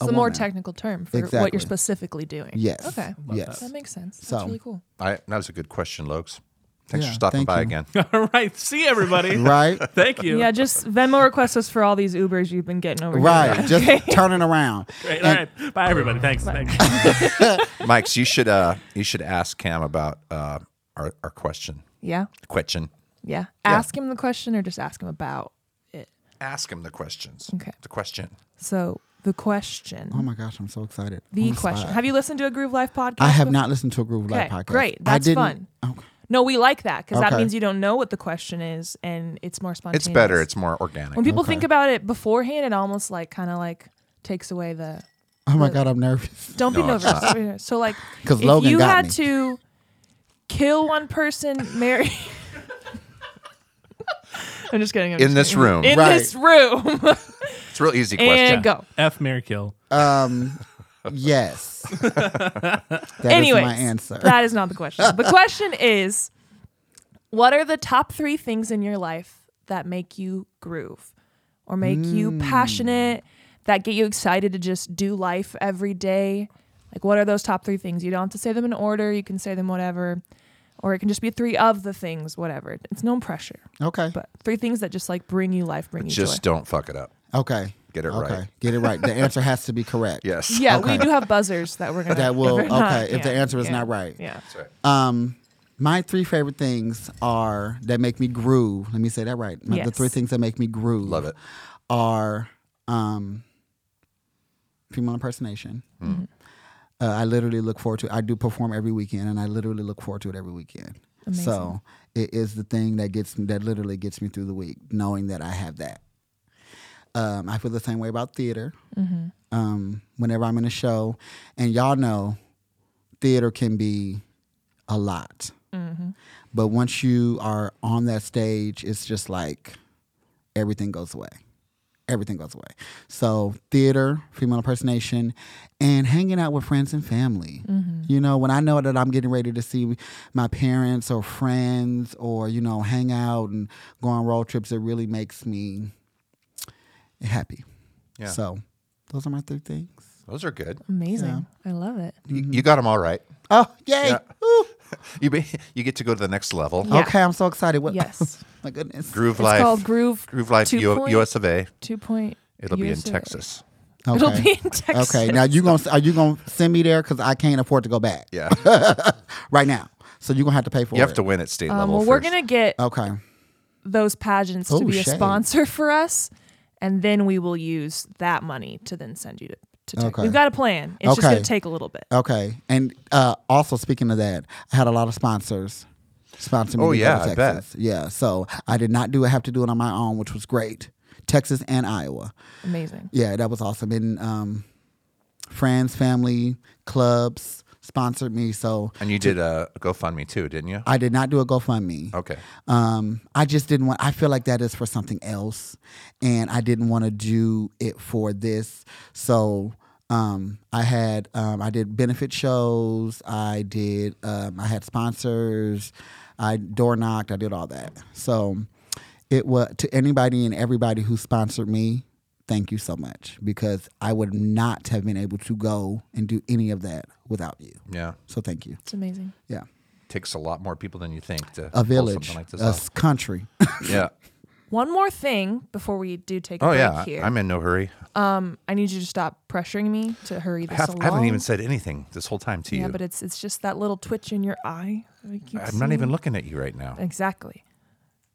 C: It's a, more technical term for what
G: Exactly.
C: you're specifically doing.
G: yes,
C: Okay.
G: yes.
C: That makes sense. That's
G: So-
C: really cool.
B: I, that was a good question, Lokes. Thanks
G: Yeah,
B: for stopping
G: thank
B: by
G: you.
B: again.
F: all right. See everybody.
G: Right,
F: Thank you.
C: Yeah, just Venmo request us for all these Ubers you've been getting over here.
G: right. Just turning around.
F: Great. All right. Bye everybody. Thanks. Thanks.
B: Mike's, you should uh you should ask Cam about uh our, our question.
C: Yeah.
B: Question.
C: Yeah. Ask him the question or just ask him about it.
B: Ask him the questions.
C: Okay.
B: The question.
C: So the question.
G: Oh my gosh, I'm so excited.
C: the
G: I'm
C: question.
G: spot.
C: Have you listened to a Groove Life podcast?
G: I have
C: before?
G: not listened to a Groove Life
C: Okay,
G: podcast.
C: great.
G: I
C: That's
G: didn't, Oh,
C: fun.
G: Okay.
C: No, we like that because that
G: Okay.
C: means you don't know what the question is and it's more spontaneous.
B: It's better, it's more organic.
C: when people think about it beforehand, it almost like kind of like takes away the.
G: Oh my god, I'm nervous.
C: Don't be
B: No, it's
C: nervous. Don't be nervous. So like,
G: 'Cause
C: if
G: Logan
C: you
G: got
C: had
G: me.
C: to kill one person, marry. I'm just kidding. I'm
B: In
C: just
B: this
C: kidding.
B: room.
C: In
G: Right.
C: this room.
B: it's a real easy question.
C: and go.
F: F Mary Kill.
G: Um, yes. That is
C: Anyways,
G: my answer.
C: That is not the question. The question is what are the top three things in your life that make you groove or make
G: Hmm.
C: you passionate, that get you excited to just do life every day? Like, what are those top three things? You don't have to say them in order, you can say them whatever. Or it can just be three of the things, whatever. It's no pressure,
G: okay.
C: but three things that just like bring you life, bring you
B: Just
C: joy.
B: don't fuck it up.
G: Okay.
B: Get it
G: okay.
B: right.
G: Get it right. The answer has to be correct.
B: Yes.
C: Yeah, we
G: Okay.
C: do have buzzers that we're gonna.
G: That will
C: if
G: okay.
C: we're not-
G: if the
C: yeah,
G: answer is
C: yeah,
G: not right.
C: yeah.
B: That's right.
G: Um my three favorite things are that make me groove. Let me say that right. My- The
C: Yes.
G: three things that make me groove.
B: Love it. Hmm.
G: Are um female impersonation. Uh, I literally look forward to it. I do perform every weekend, and I literally look forward to it every weekend. So it is the thing that gets that literally gets me through the week, knowing that I have that. Um, I feel the same way about theater. Um, whenever I'm in a show, and y'all know, theater can be a lot.
C: Mm-hmm.
G: But once you are on that stage, it's just like everything goes away. Everything goes away. So theater, female impersonation, and hanging out with friends and family.
C: Mm-hmm.
G: You know, when I know that I'm getting ready to see my parents or friends or, you know, hang out and go on road trips, it really makes me happy.
B: Yeah.
G: So those are my three things.
B: Those are good.
C: Amazing. I love it.
B: You, you got them all right.
G: Oh, yay.
B: Yeah.
G: Ooh.
B: You be, you get to go to the next level.
C: Yeah.
G: Okay, I'm so excited. What?
C: Yes.
G: my goodness.
B: Groove
C: It's
B: Life.
C: called Groove
B: Groove Life
C: two
B: U,
C: point-
B: US of A.
C: Two point.
B: It'll be in
C: USA.
B: Texas.
G: Okay.
C: It'll be in Texas.
G: Okay, now you gonna are you gonna send me there because I can't afford to go back
B: Yeah.
G: right now. So you are gonna have to pay for
B: you
G: it.
B: have to win at state
C: Um,
B: level.
C: well, we're
B: first.
C: gonna get
G: Okay.
C: those pageants
G: Oh,
C: to be a
G: shade.
C: sponsor for us, and then we will use that money to then send you to. to Texas.
G: Okay.
C: We've got a plan. It's just
G: Okay.
C: gonna take a little bit.
G: Okay. And uh, also speaking of that, I had a lot of sponsors sponsoring me.
B: Oh,
G: to go
B: yeah,
G: to
B: I
G: Texas. Yeah. So I did not do have to do it on my own, which was great. Texas and Iowa.
C: Amazing.
G: Yeah, that was awesome. And um, friends, family, clubs sponsored me. So
B: And you did a GoFundMe too, didn't you?
G: I did not do a GoFundMe.
B: Okay.
G: Um, I just didn't want. I feel like that is for something else, and I didn't want to do it for this. So um, I had um, I did benefit shows. I did um, I had sponsors. I door knocked. I did all that. So it was to anybody and everybody who sponsored me. Thank you so much because I would not have been able to go and do any of that without you.
B: Yeah.
G: So thank you.
C: It's amazing.
G: Yeah,
B: Takes a lot more people than you think to
G: a
B: pull
G: village,
B: something like this
G: a s-
B: off.
G: country.
B: Yeah.
C: One more thing before we do take a
B: Oh
C: break
B: yeah.
C: here.
B: I'm in no hurry.
C: I need you to stop pressuring me to hurry
B: I,
C: this
B: have,
C: along.
B: I haven't even said anything this whole time to
C: Yeah,
B: you.
C: but it's it's just that little twitch in your eye. that I keep
B: I'm not even
C: seeing.
B: looking at you right now.
C: Exactly.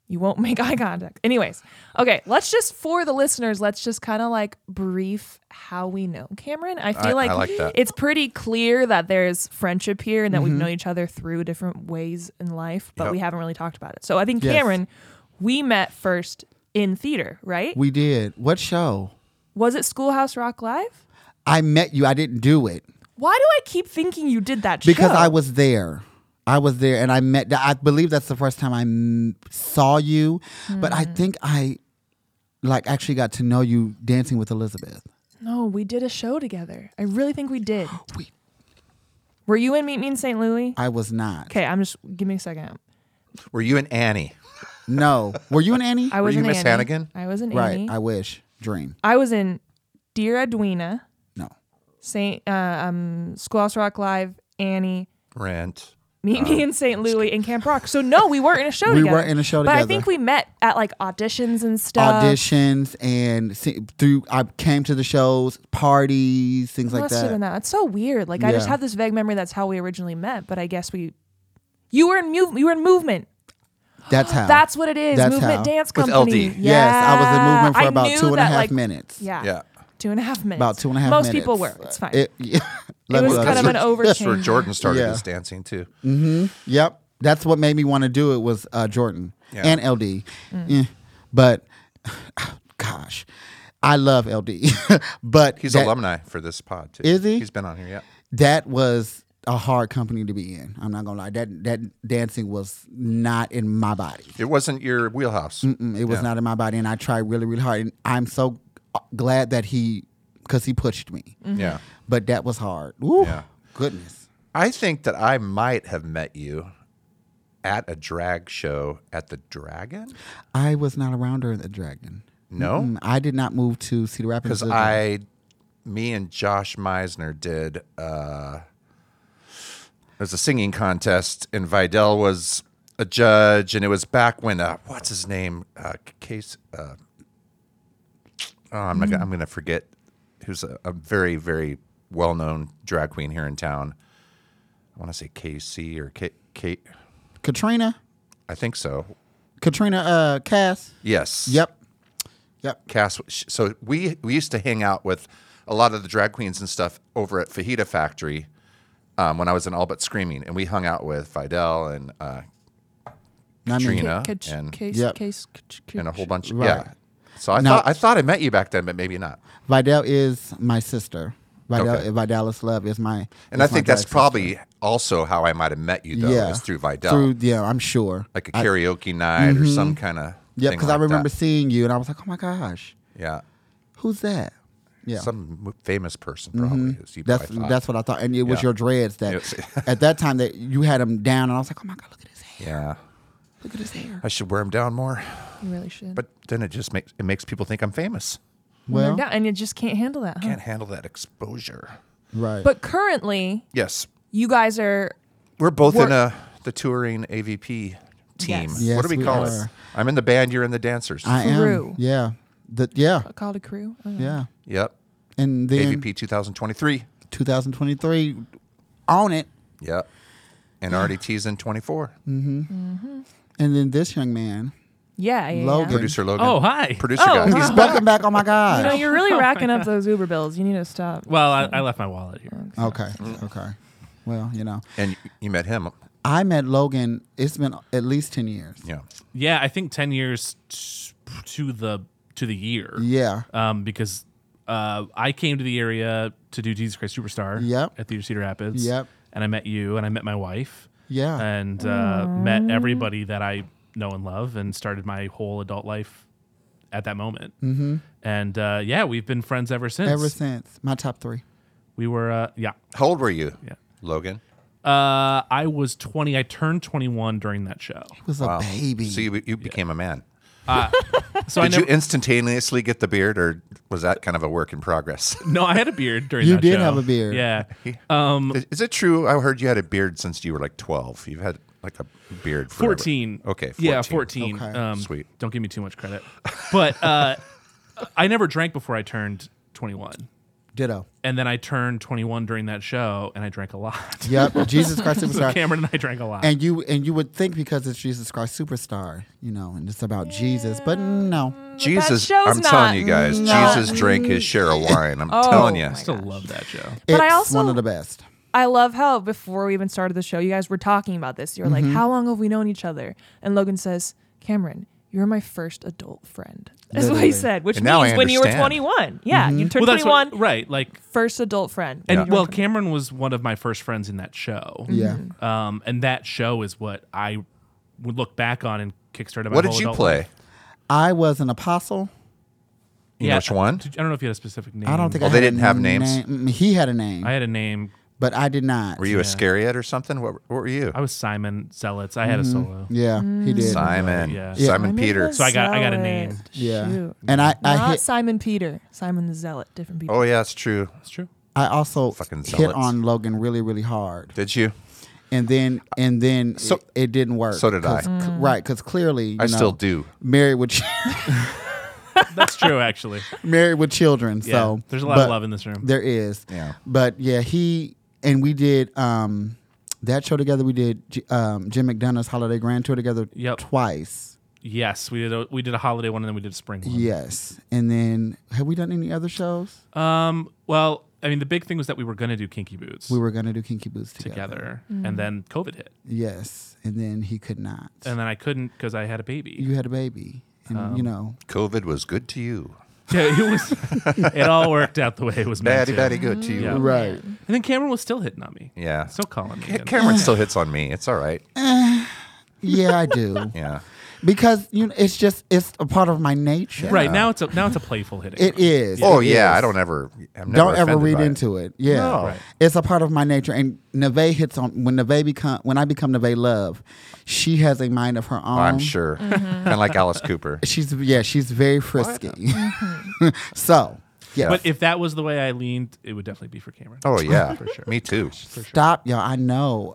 C: You won't make eye contact. Anyways, okay, let's just for the listeners, let's just kind of like brief how we know Cameron. I feel
B: I
C: like,
B: like that.
C: it's pretty clear that there's friendship here and that
G: Mm-hmm.
C: we've known each other through different ways in life, but
B: Yep.
C: we haven't really talked about it. So I think
G: Yes.
C: Cameron, we met first in theater, right?
G: We did. What show?
C: Was it Schoolhouse Rock Live?
G: I met you. I didn't do it
C: Why do I keep thinking you did that
G: because
C: show?
G: I was there. I was there, and I met. I believe that's the first time I m- saw you. But
C: Hmm.
G: I think I, like, actually got to know you dancing with Elizabeth.
C: No, we did a show together. I really think we did.
G: We-
C: Were you in Meet Me in St. Louis?
G: I was not.
C: Okay, I'm just give me a second.
B: Were you and Annie?
G: No, were you and Annie?
C: I was
B: you
C: in
B: Miss
C: Annie.
B: Hannigan?
C: I was in
G: right.
C: Annie.
G: I wish. Dream.
C: I was in Dear Edwina,
G: No.
C: Saint uh, um, Schoolhouse Rock Live, Annie,
B: Rent.
C: Meet Me in St. Louis, and Camp Rock. So no, we were in a show.
G: Oh, We
C: together.
G: were in a show
C: but I
G: together.
C: think we met at like auditions and stuff.
G: Auditions and se- through. I came to the shows, parties, things like
C: Must have been
G: that.
C: that. It's so weird. Like I just
G: Yeah.
C: have this vague memory that's how we originally met, but I guess we. You were in move. You were in movement.
G: That's how.
C: That's what it is.
G: That's
C: movement
G: how.
C: dance
B: With
C: company.
B: LD.
C: Yeah.
G: yes. I was in movement for
C: I
G: about
C: knew
G: two and a half
C: that, like-
G: minutes.
C: Yeah.
B: Yeah.
C: Two and a half minutes.
G: About two and a half.
C: Most
G: minutes.
C: people were. It's fine.
G: It, yeah.
C: It was kind
B: That's
C: of an
B: where-
C: overchange.
B: That's where Jordan started
G: Yeah.
B: his dancing too.
G: Yep. That's what made me want to do it was uh, Jordan and LD. Eh, But gosh, I love LD. but
B: He's
G: that,
B: alumni for this pod too.
G: Is he?
B: He's been on here. Yeah.
G: that was a hard company to be in. I'm not gonna lie. That that dancing was not in my body.
B: It wasn't your wheelhouse.
G: Mm, It was not in my body, and I tried really, really hard. And I'm so uh, glad that he, because he pushed me.
B: Yeah.
G: But that was hard. Woo,
B: Yeah.
G: goodness.
B: I think that I might have met you at a drag show at the Dragon.
G: I was not around during the dragon.
B: No,
G: Mm, I did not move to Cedar Rapids. uh,
B: because I, me and Josh Meisner did. Uh, it was a singing contest, and Vidal was a judge, and it was back when uh, what's his name? Uh, case. Uh, oh, I'm not. Gonna, I'm going to forget. Who's a, a very very well known drag queen here in town? I want to say KC or K. K
G: Katrina,
B: I think so.
G: Katrina, uh, Cass.
B: Yes.
G: Yep. Yep.
B: Cass. sh- So we we used to hang out with a lot of the drag queens and stuff over at Fajita Factory um, when I was in All But Screaming, and we hung out with Fidel and uh,
G: I mean,
B: Katrina
C: Cage-
B: and,
C: case,
G: Yep.
C: case, cage-
B: and a whole bunch.
G: Right.
B: Yeah. So I
G: Now-
B: thought I thought I met you back then, but maybe not.
G: Vidal is my sister. Vidal,
B: Okay.
G: Vidalis Love is my.
B: And I
G: is my
B: think that's
G: drag sister.
B: probably also how I might have met you though, is through Vidal,
G: Through yeah, I'm sure.
B: like a karaoke night or some kind of.
G: Yeah,
B: thing
G: because I
B: like
G: remember
B: that.
G: seeing you and I was like, oh my gosh,
B: Yeah.
G: who's that? Yeah, Mm-hmm.
B: Some w- famous person probably. Is you
G: that's
B: probably thought.
G: that's what I thought. And it was
B: Yeah.
G: your dreads that
B: Yes.
G: at that time that you had him down, and I was like, oh my god, look at his hair,
B: Yeah.
G: look at his hair.
B: I should wear them down more,
C: You really should.
B: but then it just makes it makes people think I'm famous.
G: Well,
C: Yeah, and you just can't handle that. Huh?
B: Can't
G: Hmm.
B: handle that exposure.
G: right,
C: But currently,
B: Yes,
C: you guys are
B: we're both in
C: We're-
B: a the touring AVP team.
C: Yes.
G: Yes,
B: what do we,
G: we
B: call it?
G: are.
B: I'm in the band. You're in the dancers.
G: I am.
C: Crew.
G: Yeah, the, yeah,
C: called a crew. I don't know.
G: yeah.
B: yep.
G: And then
B: AVP 2023.
G: 2023, on it.
B: Yep. And RDT's in 24.
G: And then this young man,
C: Yeah, yeah, yeah.
G: Logan.
B: Producer Logan.
F: Oh, hi.
B: Producer
C: Oh,
B: guy.
C: wow.
G: he's back and back. Oh my
C: You know,
G: god.
C: you're really racking up those Uber bills. You need to stop.
F: Well, I, I left my wallet here.
G: Okay, okay. Well, you know,
B: And you- you met him.
G: I met Logan. It's been at least ten years.
B: Yeah.
F: Yeah, I think ten years t- to the to the year.
G: Yeah.
F: um, because uh, I came to the area to do Jesus Christ Superstar
G: Yep.
F: at Theater Cedar Rapids.
G: Yep.
F: And I met you and I met my wife.
G: Yeah.
F: And uh, met everybody that I know and love and started my whole adult life at that moment. Mm-hmm. And uh, yeah, we've been friends ever since.
G: Ever since my top three.
F: We were, uh, yeah.
B: How old were you?
F: Yeah.
B: Logan.
F: Uh, I was 20. I turned 21 during that show.
G: It was a baby.
B: So you, you became a man.
F: So I
B: Did
F: never,
B: you instantaneously get the beard, or was that kind of a work in progress?
F: no, I had a beard during
G: You
F: that show.
G: did have a beard.
F: Yeah. Um,
B: Is- Is it true? I heard you had a beard since you were like 12. You've had like a beard for
F: 14.
B: Okay.
F: Yeah, 14.
G: Okay.
F: Um,
B: Sweet.
F: Don't give me too much credit. But uh, I never drank before I turned 21.
G: Ditto.
F: And then I turned 21 during that show and I drank a lot.
G: Yep. Jesus Christ
F: so
G: Superstar.
F: Cameron and I drank a lot.
G: And you and you would think because it's Jesus Christ Superstar, you know, and it's about Jesus, but no.
B: Jesus,
C: show's
B: I'm
C: not-
B: telling you guys,
C: not-
B: Jesus drank his share of wine. I'm
C: Oh
B: telling you.
C: my
F: Still love that show.
G: It's
C: But I also-
G: one of the best.
C: I love how before we even started the show, you guys were talking about this. You were
G: Mm-hmm.
C: like, "How long have we known each other?" And Logan says, "Cameron, you're my first adult friend." That's what he
G: Literally. Mm-hmm.
C: said, which
B: And now I
C: means when you were
B: understand.
C: 21. Yeah, you turned
F: Well, that's
C: 21,
F: what, right. Like,
C: first adult friend.
F: and
C: You're
F: well,
C: my-
F: Cameron was one of my first friends in that show.
G: Yeah.
C: Mm-hmm.
F: Um, and that show is what I would look back on and kickstarted my
B: What
F: whole
B: did you
F: adult
B: play?
F: life.
G: I was an apostle.
B: You know
F: Yeah.
B: which one?
F: Did you- I don't know if you had a specific name.
G: I don't think
B: Oh,
G: I
B: they
G: had a
B: didn't have names?
G: name- Mm, He had a name,
F: I had a name.
G: but I did not.
B: Were you Iscariot or something? What, what were you?
F: I was Simon Zealots. I had
G: Mm-hmm.
F: a solo.
G: Yeah, he did.
B: Simon.
F: Yeah.
B: Simon
F: Yeah.
C: Simon
B: Peter.
C: the
F: So I got- I got a
C: Zealot.
F: name.
G: Yeah.
C: Shoot.
G: And I I
C: Not
G: hit,
C: Simon Peter, Simon the Zealot, different people.
B: Oh, yeah, it's true.
F: That's true.
G: I also
B: Fucking
G: hit
B: zealots.
G: on Logan really really hard.
B: Did you?
G: and then and then
B: So-
G: it, it didn't work.
B: so did I.
G: 'Cause- c- right? Because clearly, you
B: I
G: know,
B: still do.
G: Married with
F: That's true, actually.
G: married with children.
F: Yeah,
G: so
F: there's a lot
G: but
F: of love in this room.
G: There is.
B: Yeah.
G: But yeah, he and we did um that show together. We did J- um, Jim McDonough's Holiday Grand Tour together
F: Yep.
G: twice.
F: Yes, we did. A, we did a holiday one, and then we did a spring one.
G: Yes, and then have we done any other shows?
F: Um. Well, I mean, the big thing was that we were gonna do Kinky Boots
G: We were gonna do Kinky Boots together.
F: together, and then COVID hit,
G: Yes, and then he could not.
F: and Um, then I couldn't because I had a baby.
G: you had a baby, and you know,
B: COVID was good to you.
F: yeah, it was. it all worked out the way it was meant
B: Batty,
F: to.
B: batty good to you.
F: Yeah.
B: Yeah.
G: right?
F: And then Cameron was still hitting on me. Still calling me.
B: Ca-
F: and-
B: Cameron
G: Oh.
B: still hits on me. It's all right.
G: Yeah, I do.
B: Yeah.
G: because you know, it's just it's a part of my nature.
F: Right now, it's a now it's a playful hitting.
G: It is.
B: Oh,
G: It
B: yeah.
G: is.
B: I don't ever. I'm never
G: Don't ever
B: offended
G: read
B: by
G: into it. Yeah.
F: Right.
G: It's a part of my nature. And Neve hits on when Neve become when I become Neve Love, she has a mind of her own.
C: Um,
B: I'm sure.
C: mm-hmm.
B: Kind of like Alice Cooper.
G: She's yeah, she's very frisky.
F: Mm-hmm.
G: so yeah.
F: But if that was the way I leaned, it would definitely be for Cameron.
B: Oh, yeah.
F: for sure.
B: Me too.
G: Stop, y'all. I know.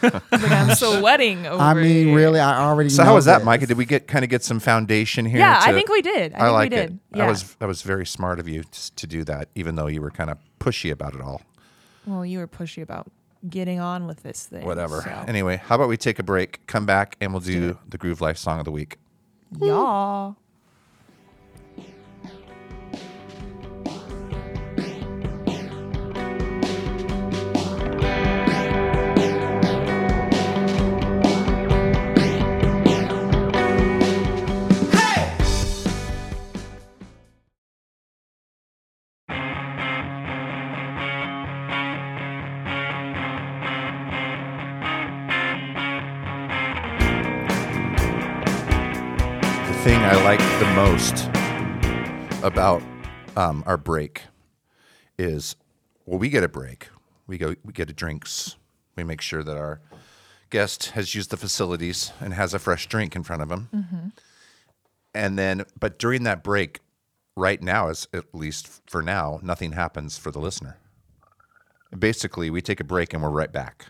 C: Like, I'm sweating over
G: I mean,
C: it.
G: really, I already
B: So
G: know.
B: how was that,
G: this.
B: Micah? Did we get kind of get some foundation here?
C: Yeah,
B: to-
C: I think we did. I, think
B: like
C: we did.
B: it.
C: Yeah.
B: That was that was very smart of you t- to do that, even though you were kind of pushy about it all.
C: well, you were pushy about getting on with this thing.
B: Whatever.
C: so.
B: Anyway, how about we take a break, come back, and we'll do the Groove Life song of the week.
C: Y'all.
D: Groove
B: I liked the most about um, our break is well, we get a break. We go, we get a drinks. We make sure that our guest has used the facilities and has a fresh drink in front of him. And then, but during that break, right now, is at least for now, nothing happens for the listener. Basically, we take a break and we're right back.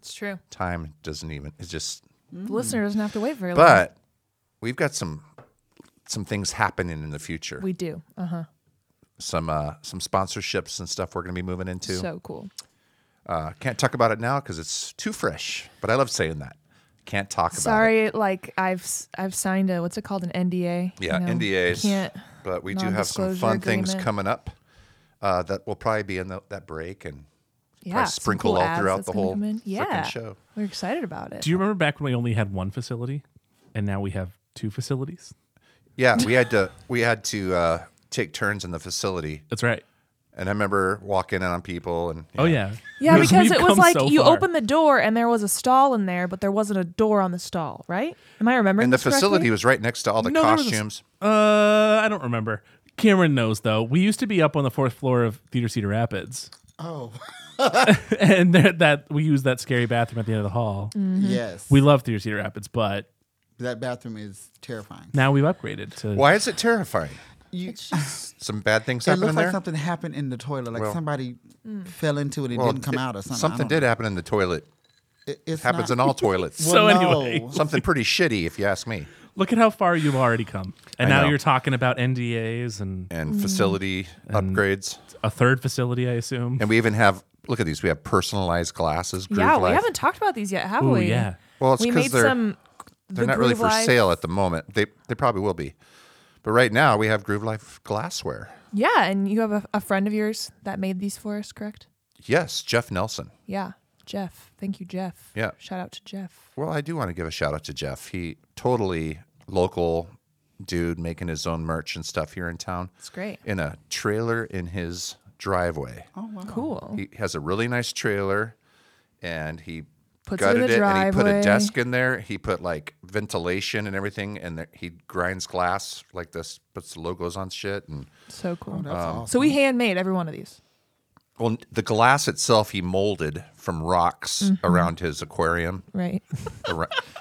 C: It's true.
B: Time doesn't even, it's just,
C: The listener doesn't have to wait very long.
B: but we've got some some things happening in the future.
C: we do. Uh huh.
B: some uh, some sponsorships and stuff we're going to be moving into.
C: So cool.
B: uh, can't talk about it now because it's too fresh. But I love saying that. Can't talk about it.
C: Sorry, like I've s- I've signed a what's it called an NDA. you
B: Yeah,
C: know?
B: NDAs.
C: Can't.
B: But we do have some
C: non-disclosure
B: fun things
C: agreement.
B: coming up uh, that will probably be in the, that break and
C: Yeah.
B: probably
C: some
B: sprinkle
C: cool
B: all
C: ads
B: throughout
C: that's
B: the
C: gonna
B: whole
C: come in.
B: frickin'
C: yeah.
B: show.
C: We're excited about it.
F: Do you remember back when we only had one facility, and now we have two facilities?
B: Yeah, we had to we had to uh, take turns in the facility,
F: That's right.
B: and I remember walking in on people and
F: Oh yeah.
C: yeah, because
F: we've
C: it was
F: come
C: like
F: so
C: you
F: far.
C: opened the door and there was a stall in there, but there wasn't a door on the stall, right? Am I remembering?
B: and the
C: this correctly?
B: facility was right next to all the
F: No, there was a-
B: costumes.
F: Uh, I don't remember. Cameron knows though. We used to be up on the fourth floor of Theater Cedar Rapids,
G: Oh,
F: and there, that we used that scary bathroom at the end of the hall.
G: Mm. yes.
F: Mm-hmm. We love Theater Cedar Rapids, but
G: that bathroom is terrifying.
F: now we've upgraded to.
B: Why is it terrifying?
G: You-
B: Some bad things
G: it
B: happen
G: looks
B: in
G: like
B: there.
G: something happened in the toilet, like
B: Well-
G: somebody
C: Mm.
G: fell into it and
B: Well,
G: didn't come
B: it-
G: out or something.
B: Something did happen in the toilet.
G: It, it's
B: Happens
G: not-
B: in all toilets.
F: So
G: Well, no.
F: anyway,
B: Something pretty shitty, if you ask me.
F: look at how far you've already come, and
B: I
F: now
B: know.
F: you're talking about NDAs and
C: Mm.
B: And facility upgrades,
F: a third facility, I assume.
B: and we even have. Look at these. We have personalized glasses. Groove
C: Yeah, we
B: Life.
C: haven't talked about these yet, have
F: Ooh,
C: we?
F: yeah.
B: Well, it's
C: we
B: 'cause
C: made
B: they're-
C: some.
B: They're not really for
C: Life.
B: sale at the moment. They they probably will be, but right now we have Groove Life glassware.
C: Yeah, and you have a, a friend of yours that made these for us, correct?
B: Yes, Jeff Nelson.
C: Yeah, Jeff. Thank you, Jeff.
B: Yeah.
C: Shout out to Jeff.
B: Well, I do want to give a shout out to Jeff. He totally local dude making his own merch and stuff here in town
C: It's great.
B: in a trailer in his driveway.
C: Cool.
B: He has a really nice trailer, and he
C: Puts it in
B: gutted
C: the
B: it, and he put a
C: driveway.
B: desk in there. He put like ventilation and everything, and there, he grinds glass like this, puts logos on shit, and
C: So
B: Oh,
C: cool.
G: That's
F: Um,
G: awesome.
C: So we handmade every one of these.
B: well, the glass itself he molded from rocks
C: Mm-hmm.
B: around his aquarium,
C: Right.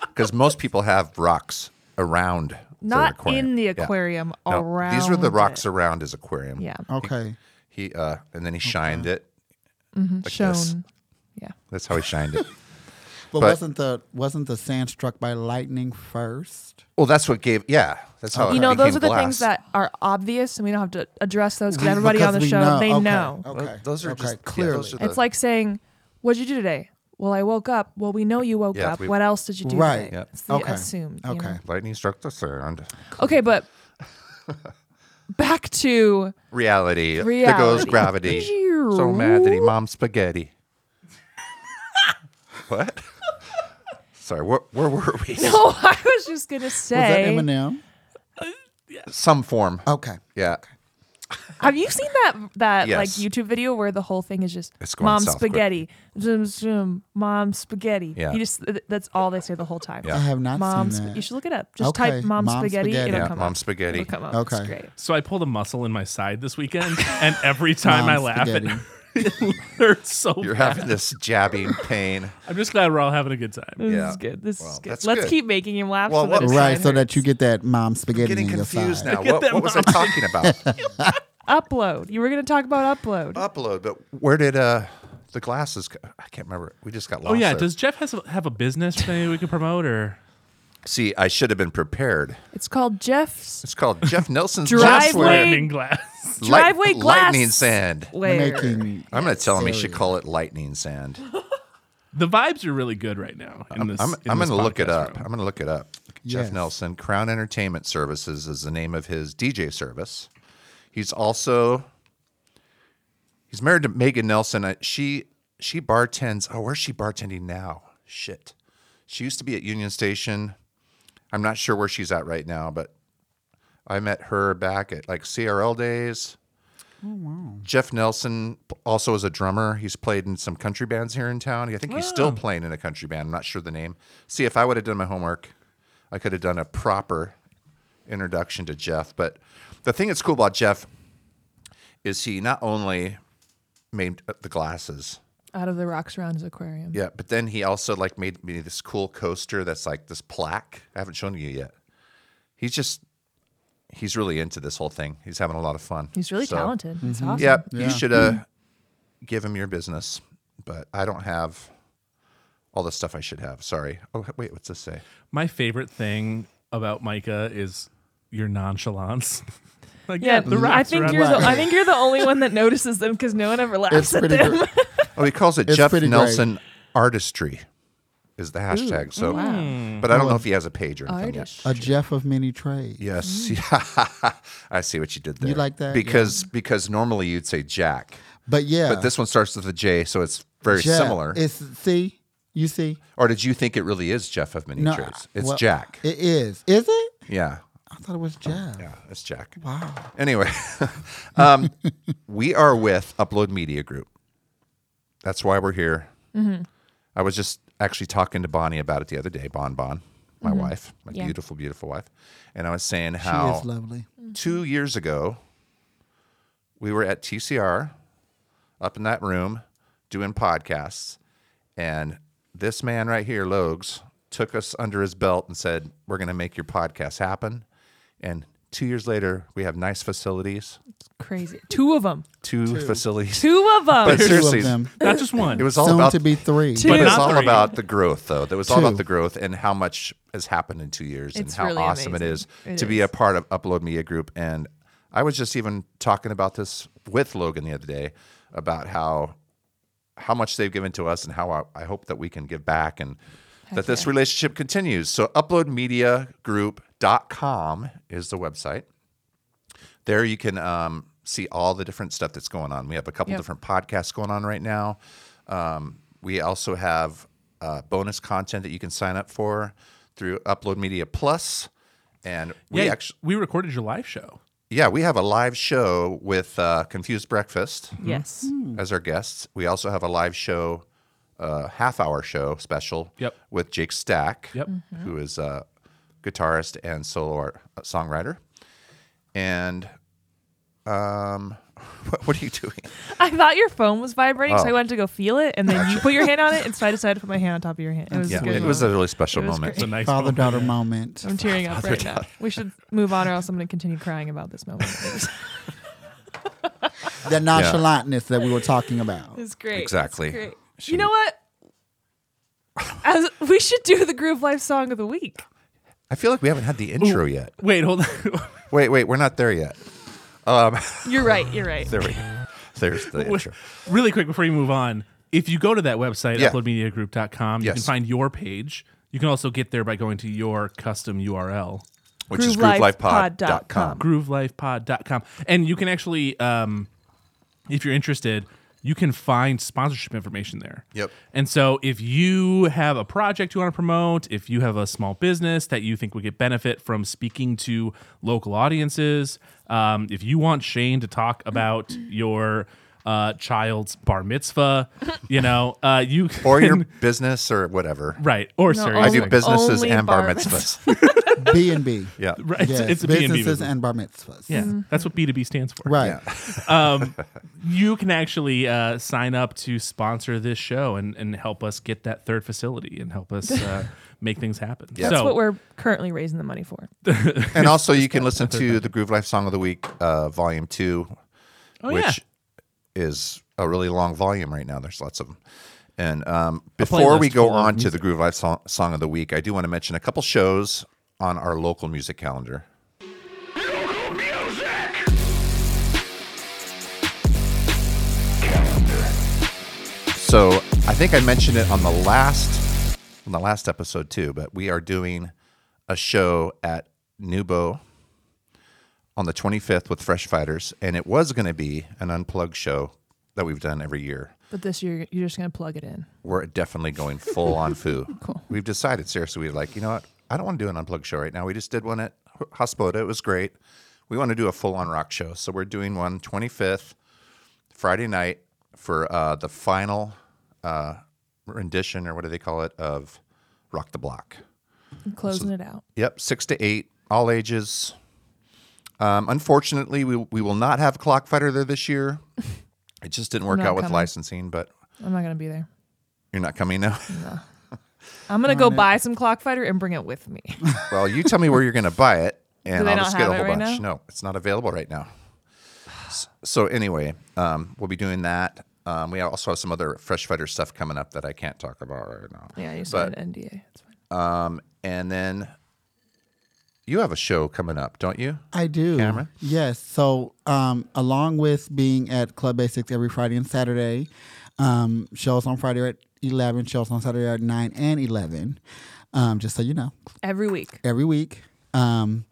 B: because most people have rocks around.
C: Not
B: their aquarium.
C: in the
B: Yeah.
C: aquarium,
B: No,
C: around.
B: These were the
C: it.
B: rocks around his aquarium.
C: Yeah.
G: Okay.
B: He uh, and then he shined it. Like
C: Mm-hmm. Shown.
B: this.
C: Yeah.
B: That's how he shined it.
G: But,
B: But-
G: wasn't the wasn't the sand struck by lightning first?
B: well, that's what gave. Yeah, that's
G: Oh,
B: how.
C: You
B: it
C: know, those
B: became
C: are the
B: glass.
C: things that are obvious, and we don't have to address those because everybody on the
G: we
C: show they
G: okay, Oh,
C: know.
G: Okay.
B: Those are
G: okay,
B: just- yeah,
G: clearly.
B: those are the-
C: It's like saying, "What'd you do today?" Well, I woke up. Well, we know you woke
B: Yeah,
C: up.
B: we-
C: What else did you do?
G: Right.
C: Today?
G: Yep.
C: It's the
G: Okay.
C: assumed. you
G: Okay.
C: know?
B: Lightning struck the sand.
C: Okay, but back to
B: Reality. There goes
C: Reality.
B: gravity. so mad that he mommed spaghetti. what? Sorry, where, where were we?
C: oh, I was just gonna
G: Was that
C: say,
G: Eminem?
B: Some form.
C: Oh.
G: Okay.
B: Yeah.
C: have you seen that that like
B: Yes.
C: YouTube video where the whole thing is just
B: It's going
C: mom
B: south quick.
C: spaghetti, zoom zoom, mom spaghetti.
B: Yeah.
C: You just th- that's all they say the whole time.
B: Yeah.
G: I have not
C: Mom,
G: seen
C: sp-
G: that.
C: you should look it up. Just
G: Okay,
C: type mom,
G: mom
C: spaghetti.
G: spaghetti.
C: It'll
B: Yeah,
C: come
B: mom
C: up.
B: spaghetti.
C: It'll come up.
G: Okay.
C: It's great.
F: So I pulled a muscle in my side this weekend, and every time I
G: Mom
F: laugh, it
G: spaghetti.
F: it hurts so.
B: You're
F: bad.
B: having this jabbing pain.
F: I'm just glad we're all having a good time.
C: This
B: Yeah.
C: is good. This
B: Well,
C: is good.
B: that's
C: Let's
B: good.
C: keep making him laugh.
B: Well,
C: so
B: what-
C: that his
G: Right,
C: side
G: so that you
C: hurts.
G: get that mom spaghetti
B: Getting
G: in your
B: confused
G: side.
B: now. What, what was I talking about?
C: upload. You were going to talk about upload.
B: Upload, but where did uh the glasses go? I can't remember. We just got lost.
F: Oh yeah,
B: there.
F: does Jeff has a, have a business thing we could promote or?
B: See, I should have been prepared.
C: It's called Jeff's
B: It's called Jeff Nelson's
C: Driveway-
B: Glassware.
F: Slamming glass.
B: Light-
C: driveway glass.
B: Lightning sand.
C: Layer.
G: Making
B: I'm going to tell him he should
G: Serious.
B: call it lightning sand.
F: The vibes are really good right now. In this,
B: I'm,
F: in
B: I'm
F: this
B: going to look it
F: podcast
B: up.
F: room.
B: I'm going to look it up.
G: Yes.
B: Jeff Nelson, Crown Entertainment Services is the name of his DJ service. He's also he's married to Megan Nelson. I- She she bartends. Oh, where's she bartending now? Shit. She used to be at Union Station. I'm not sure where she's at right now, but I met her back at like CRL days. Jeff Nelson p- also is a drummer. He's played in some country bands here in town. I think he's still playing in a country band. I'm not sure the name. See, if I would have done my homework, I could have done a proper introduction to Jeff. But the thing that's cool about Jeff is he not only made uh, the glasses,
C: Out of the Rocks Rounds Aquarium.
B: yeah, but then he also like made me this cool coaster that's like this plaque. I haven't shown you yet. He's just he's really into this whole thing. He's having a lot of fun.
C: He's really
B: So-
C: talented. It's
G: Mm-hmm.
C: awesome.
B: Yep, you should uh, give him your business, but I don't have all the stuff I should have. Sorry. Oh wait, what's this say?
F: My favorite thing about Micah is your nonchalance. like,
C: Yeah,
F: the
C: I
F: rocks
C: think
F: around
C: you're the,
F: the-
C: I think you're the only one that notices them because no one ever laughs
G: It's
C: at
G: pretty
C: them.
G: great.
B: Oh, he calls it
G: It's
B: Jeff
G: pretty great.
B: Nelson Artistry is the hashtag. so, but I don't know if he has a page or anything yet.
G: A Jeff of many trades.
B: Yes, I see what you did there.
G: like that?
B: because because normally you'd say Jack,
G: But yeah,
B: but this one starts with a J, so it's very
G: Jeff
B: similar.
G: Is see, you see,
B: or did you think it really is Jeff of many
G: No,
B: trades? It's
G: well,
B: Jack.
G: It is. Is it?
B: yeah,
G: I thought it was Jeff.
B: yeah, it's Jack.
G: Wow.
B: Anyway, um, we are with Upload Media Group. That's why we're here.
G: Mm-hmm.
B: I was just actually talking to Bonnie about it the other day. Bon Bon, my wife, my
A: Yeah.
B: beautiful, beautiful wife, and I was saying
G: Mm-hmm. She
B: how
G: is lovely.
B: two years ago we were at TCR up in that room doing podcasts, and this man right here, Logs, took us under his belt and said, "We're going to make your podcast happen." And two years later, we have nice facilities.
C: Crazy. Two of them.
B: Two, facilities.
C: Two of them.
B: But
G: Two
B: seriously,
G: of them.
F: Not just one.
B: it was all
G: Soon
B: about
G: to be three.
C: Two.
B: But it's
F: Not
B: all
F: three.
B: about the growth, though. It was all
G: Two.
B: about the growth and how much has happened in two years and
C: It's
B: how
C: really
B: awesome it is
C: amazing. It
B: to be a
C: is.
B: part of Upload Media Group. And I was just even talking about this with Logan the other day about how how much they've given to us and how I, I hope that we can give back and that this relationship continues. So uploadmediagroup.com is the website. There you can um, see all the different stuff that's going on. We have a couple
C: Yep.
B: different podcasts going on right now. Um, we also have uh, bonus content that you can sign up for through Upload Media Plus, and we
F: yeah,
B: actually
F: we recorded your live show.
B: yeah we have a live show with uh, Confused Breakfast
C: yes.
F: Hmm.
B: as our guests. We also have a live show, uh, half hour show special
F: Yep.
B: with Jake Stack,
F: Yep.
C: Mm-hmm.
B: who is a guitarist and solo art, uh, songwriter. And um, what, what are you doing?
C: I thought your phone was vibrating, so
B: Oh.
C: I went to go feel it, and then you put your hand on it, and so I decided to put my hand on top of your hand. It was
B: Yeah,
C: good.
B: it was a really special
C: It was
B: moment.
F: It's a nice
G: Father
F: moment.
G: daughter moment.
C: I'm tearing up right now. We should move on, or else I'm going to continue crying about this moment. It was,
G: The nonchalantness that we were talking about.
C: it was great. It's
B: Exactly.
C: great.
B: She-
C: You know what? As we should do the Groove Life song of the week.
B: I feel like we haven't had the intro yet.
F: Wait, hold on.
B: Wait, wait, we're not there yet.
C: You're right. You're right.
B: There we go. There's the
F: Wait,
B: intro.
F: Really quick before you move on, if you go to that website,
B: Yeah.
F: uploadmediagroup.com, you
B: Yes.
F: can find your page. You can also get there by going to your custom URL,
B: Which is groovelifepod.com.
C: groovelifepod.com.
F: groovelifepod.com. And you can actually, um, if you're interested, you can find sponsorship information there.
B: Yep.
F: And so if you have a project you want to promote, if you have a small business that you think would get benefit from speaking to local audiences, um, if you want Shane to talk about your uh, child's bar mitzvah, you know, uh, you
B: Or your
F: can-
B: business or whatever.
F: right or
C: No,
F: serious
B: I do
C: Only-
F: thing.
B: businesses
C: only
B: and bar
C: bar
B: mitzvahs.
G: B and B.
B: yeah.
F: Right, it's,
G: Yes,
F: it's a B&B
G: businesses
F: business.
G: and bar mitzvahs.
F: yeah, that's what B two B stands for.
G: Right.
F: um, you can actually uh, sign up to sponsor this show and, and help us get that third facility and help us uh, make things happen.
C: That's
F: so
C: what we're currently raising the money for.
B: And also, you can listen to the Groove Life Song of the Week, uh, Volume Two,
F: Oh,
B: which
F: yeah.
B: is a really long volume right now. There's lots of them. And um,
F: playlist
B: before we go
F: full of
B: on to the Groove Life song, song of the Week, I do want to mention a couple shows on our local music calendar. So I think I mentioned it on the last on the last episode too, but we are doing a show at Nubo on the 25th with Fresh Fighters, and it was going to be an unplugged show that we've done every year.
C: But this year, you're just going to plug it in.
B: We're definitely going full on foo. We've decided seriously. We're like, you know what? I don't want to do an unplugged show right now. We just did one at H- Hospoda. It was great. We want to do a full on rock show, so we're doing one 25th Friday night for uh, the final uh, rendition or what do they call it of Rock the Block.
C: I'm closing it out.
B: Yep, six to eight. all ages. Um, unfortunately, we we will not have Clock Fighter there this year. It just didn't work
C: Not
B: out with
C: coming.
B: licensing, but
C: I'm not gonna be there.
B: you're not coming now.
C: I'm gonna go buy some Clock Fighter and bring it with me.
B: well, you tell me where you're going to buy it,
C: Do
B: and
C: they
B: I'll
C: not
B: just get
C: have
B: a
C: it
B: whole
C: right
B: bunch. No, it's not available right now. S- So anyway, um, we'll be doing that. Um, we also have some other Fresh Fighter stuff coming up that I can't talk about right now.
C: Yeah, you
B: But-
C: signed an NDA. It's fine.
B: Um, and then you have a show coming up, don't you?
G: I do.
B: Cameron?
G: Yes. So, um, along with being at Club Basics every Friday and Saturday, um, shows on Friday at 11, shows on Saturday at 9 and 11, um, just so you know,
C: Every week.
G: every week. Um,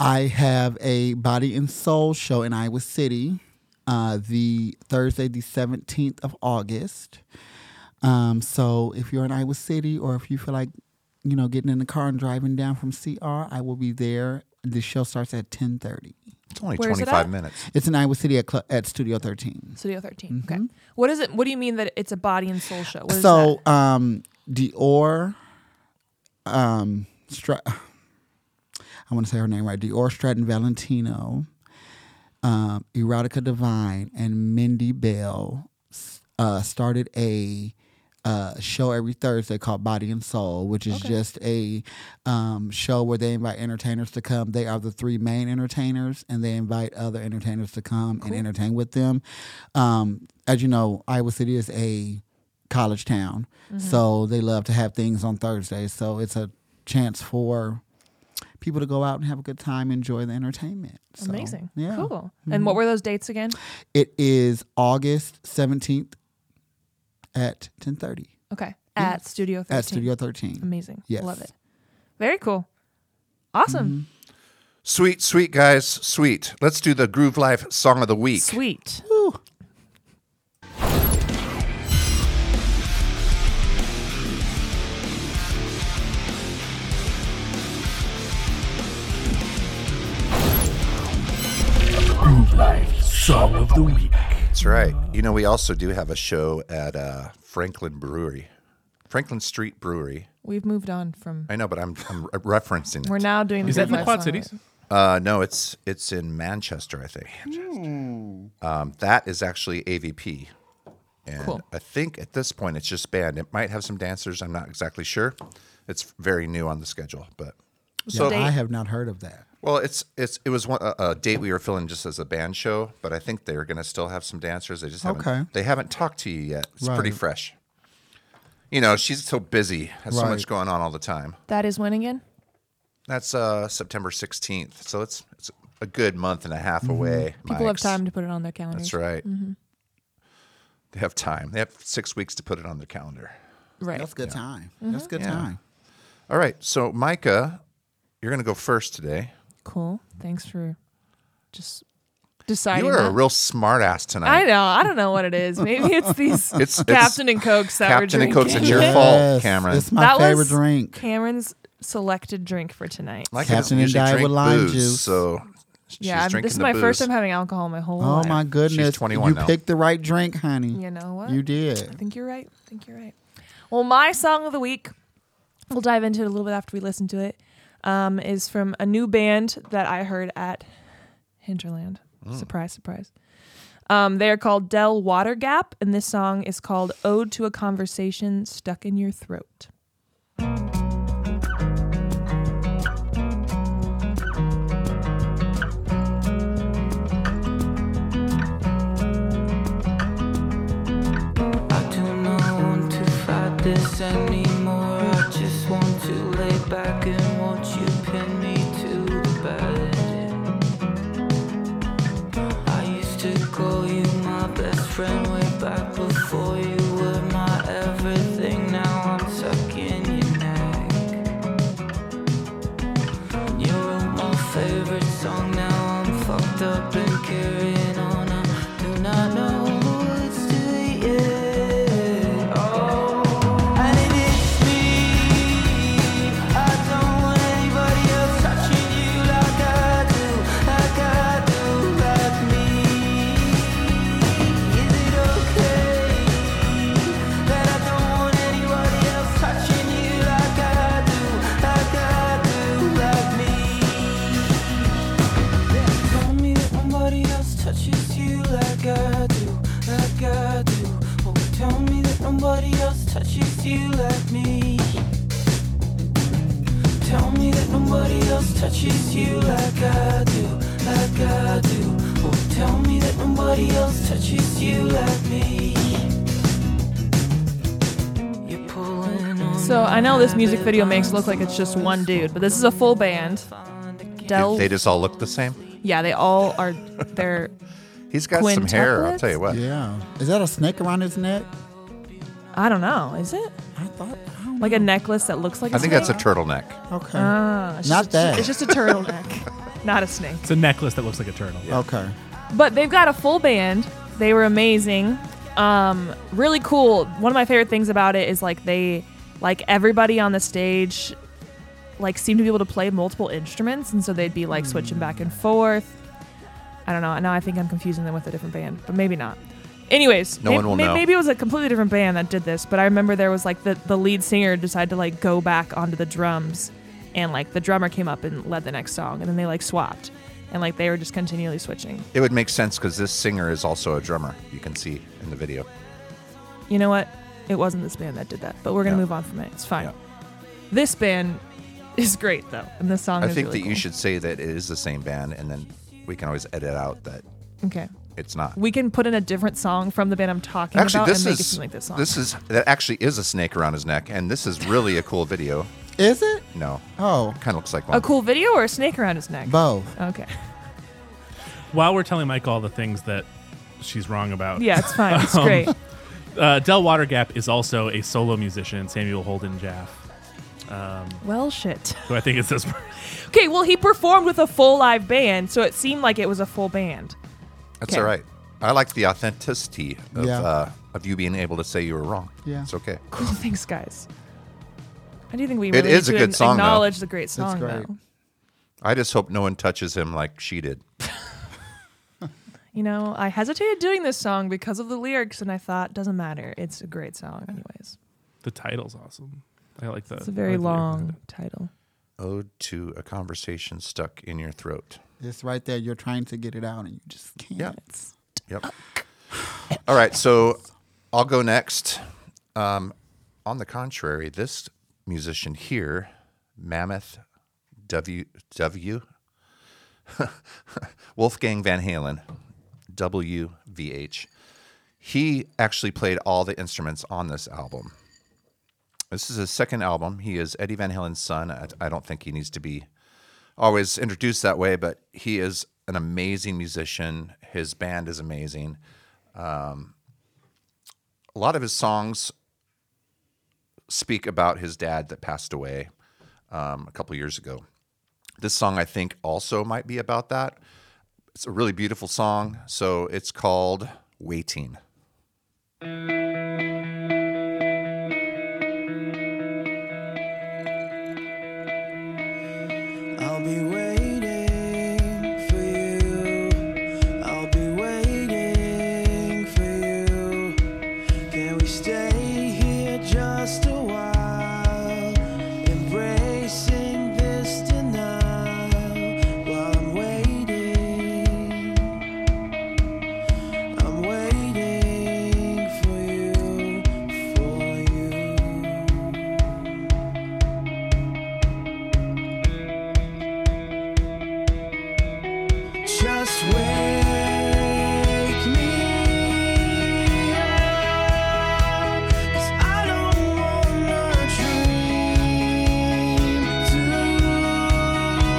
G: I have a Body and Soul show in Iowa City uh, the Thursday, the 17th of August. Um, so if you're in Iowa City or if you feel like, you know, getting in the car and driving down from CR, I will be there. The show starts at 1030.
B: It's only
C: Where's it
B: 25
C: at?
B: minutes.
G: It's in Iowa City at, Cl- at Studio 13.
C: Studio 13. Okay. What is it? What do you mean that it's a body and soul show? What is
G: Mm-hmm. so
C: that?
G: um Dior um Stra- I want to say her name right. Dior Stratton Valentino, um, Erotica Divine, and Mindy Bell s- uh, started a uh, show every Thursday called Body and Soul, which is just a um, show where they invite entertainers to come. They are the three main entertainers, and they invite other entertainers to come and entertain with them. Um, as you know, Iowa City is a college town,
C: Mm-hmm.
G: so they love to have things on Thursdays. So it's a chance for people to go out and have a good time, enjoy the entertainment. So,
C: Amazing.
G: yeah. Mm-hmm.
C: Cool. And what were those dates again?
G: It is August seventeenth at ten thirty
C: Okay. At Studio 13.
G: at Studio Thirteen.
C: Amazing.
G: Yes.
C: Love it. Very cool. Awesome.
B: Sweet, sweet guys, sweet. Let's do the Groove Life song of the week.
G: Mm-hmm.
C: Sweet.
F: Song of the week.
B: That's right. You know, we also do have a show at uh, Franklin Brewery, Franklin Street Brewery.
C: We've moved on from.
B: I know, but I'm, I'm referencing it.
C: We're now doing.
F: Is that in the
C: Good
F: Quad
C: Vibes Song of
F: Cities?
C: the Week.
B: Uh, no, it's it's in Manchester, I think.
C: Hmm.
B: Um, that is actually AVP, and
C: Cool.
B: I think at this point it's just banned. It might have some dancers. I'm not exactly sure. It's very new on the schedule, but so
G: I have not heard of that.
B: well, it's it's it was one, a, a date we were filling just as a band show, but I think they're going to still have some dancers. They just haven't
G: Okay.
B: they haven't talked to you yet. It's pretty
G: Right.
B: fresh. You know, she's so busy, has so much
G: Right.
B: going on all the time.
C: That is when again?
B: That's uh, September 16th, so it's it's a good month and a
G: Mm-hmm.
B: half away.
C: People
B: Mikes.
C: have time Mm-hmm. to put it on their calendars.
B: That's right. They have time. They have six weeks to put it on their calendar.
C: Right.
G: That's good time.
C: Mm-hmm.
G: That's good
B: Yeah.
G: time.
B: All right. So, Micah, you're going to go first today.
C: Cool. Thanks for just deciding.
B: you are a
C: that.
B: real smart ass tonight.
C: I know. I don't know what it is. Maybe it's these
B: It's- it's-
C: Captain and Coke sour
B: Captain and Coke's
C: drinking.
B: It's your
G: Yes,
B: fault, Cameron.
G: It's my
C: That
G: favorite
C: was-
G: drink.
C: Cameron's selected drink for tonight.
B: Micah
G: Captain
B: doesn't
G: and
B: usually
G: Diet
B: drink
G: with lime
B: booze,
G: juice.
B: So, she's
C: yeah, I'm-
B: drinking
C: this is
B: the
C: my
B: booze.
C: first time having alcohol in my whole
G: Oh
C: life.
G: my goodness!
B: 21
G: you
B: now.
G: picked the right drink, honey.
C: You know what?
G: You
C: I
G: did.
C: think you're right. I think you're right. Well, my song of the week, we'll dive into it a little bit after we listen to it, um, is from a new band that I heard at Hinterland.
B: Mm.
C: Surprise, surprise. Um, they are called Dell Water Gap, and this song is called Ode to a Conversation Stuck in Your Throat.
H: I do not want to fight this anymore. I just want to lay back and watch you pin me to the bed. I used to call you my best friend way back before you were my everything. Now I'm stuck in your neck. You wrote my favorite song. Now I'm fucked up and carrying on. I do not know what's to yet. Oh, and it is me. I don't want anybody else touching you like I do, like I do, like me. Is it okay that I don't want anybody else touching you like I do, like I do, like me? touches you like I do, like I do. Oh, tell me that nobody else touches you like me. Tell me that nobody else touches you like I do, like I do. Oh, tell me that nobody else touches you like me. You're pulling on
C: So I know this music video makes it look like it's just one dude, but this is a full band. Del,
B: They just all look the same.
C: yeah, they all are. They're
B: He's got some hair. I'll tell you what.
G: Yeah. Is that a snake around his neck?
C: I don't know, is it
G: I thought. I don't
C: like a necklace that looks like? a
B: I think
C: snake?
B: that's a turtleneck.
G: know. Okay.
C: Ah, it's
G: Not
C: just-
G: that.
C: It's just a turtleneck, not a snake.
F: It's a necklace that looks like a turtle.
G: okay.
C: But they've got a full band. They were amazing. Um, really cool. One of my favorite things about it is like they, like everybody on the stage, like seemed to be able to play multiple instruments, and so they'd be like switching back and forth. I don't know. Now I think I'm confusing them with a different band, but maybe not. Anyways,
B: No
C: may-
B: one will
C: may-
B: know.
C: maybe it was a completely different band that did this, but I remember there was like the, the lead singer decided to like go back onto the drums and like the drummer came up and led the next song and then they like swapped and like they were just continually switching.
B: It would make sense because this singer is also a drummer. You can see in the video.
C: you know what? It wasn't this band that did that, but we're gonna
B: Yeah.
C: move on from it. It's fine.
B: Yeah.
C: This band is great though, and this song.
B: I
C: is
B: think
C: really
B: that you
C: cool.
B: should say that it is the same band, and then we can always edit out that
C: Okay,
B: it's not.
C: we can put in a different song from the band I'm talking
B: Actually,
C: about
B: this
C: and make it
B: is
C: seem like this song.
B: this is that actually is a snake around his neck, and this is really a cool video.
G: Is it?
B: No,
G: Oh,
B: kind of looks like one.
C: a cool video or a snake around his neck.
G: both.
C: okay,
F: While we're telling Mike all the things that she's wrong about,
C: yeah, it's fine. It's great.
B: Um,
F: uh, Del Watergap is also a solo musician, Samuel Holden Jaff,
C: Well, shit.
F: who I think is this.
C: Okay, well, he performed with a full live band, so it seemed like it was a full band.
B: That's
C: okay.
B: all right. I like the authenticity of
G: Yeah.
B: uh, of you being able to say you were wrong.
G: Yeah.
B: it's okay.
C: Cool, thanks, guys. I do think we
B: It
C: really
B: is a
C: should
B: good song, though.
C: acknowledge the great song
G: great.
C: though.
B: I just hope no one touches him like she did.
C: you know, I hesitated doing this song because of the lyrics, and I thought, doesn't matter. It's a great song, anyways.
F: The title's awesome. I like the.
C: It's a
F: I
C: very
F: like the-
C: long title.
B: Ode to a conversation stuck in your throat.
G: It's right there. You're trying to get it out and you just can't.
B: Yeah. Yep. All right, so I'll go next. Um, on the contrary, this musician here, Mammoth W W Wolfgang Van Halen, W V H. He actually played all the instruments on this album. This is his second album. He is Eddie Van Halen's son. I, I don't think he needs to be always introduced that way, but he is an amazing musician. His band is amazing. Um, a lot of his songs speak about his dad that passed away um, a couple years ago. This song, I think, also might be about that. It's a really beautiful song. So it's called Waiting.
H: I'll be waiting for you. I'll be waiting for you. Can we stay here just a while? Embracing this denial while I'm waiting. I'm waiting for you, for you. Just wake me up, 'cause I don't wanna dream too long.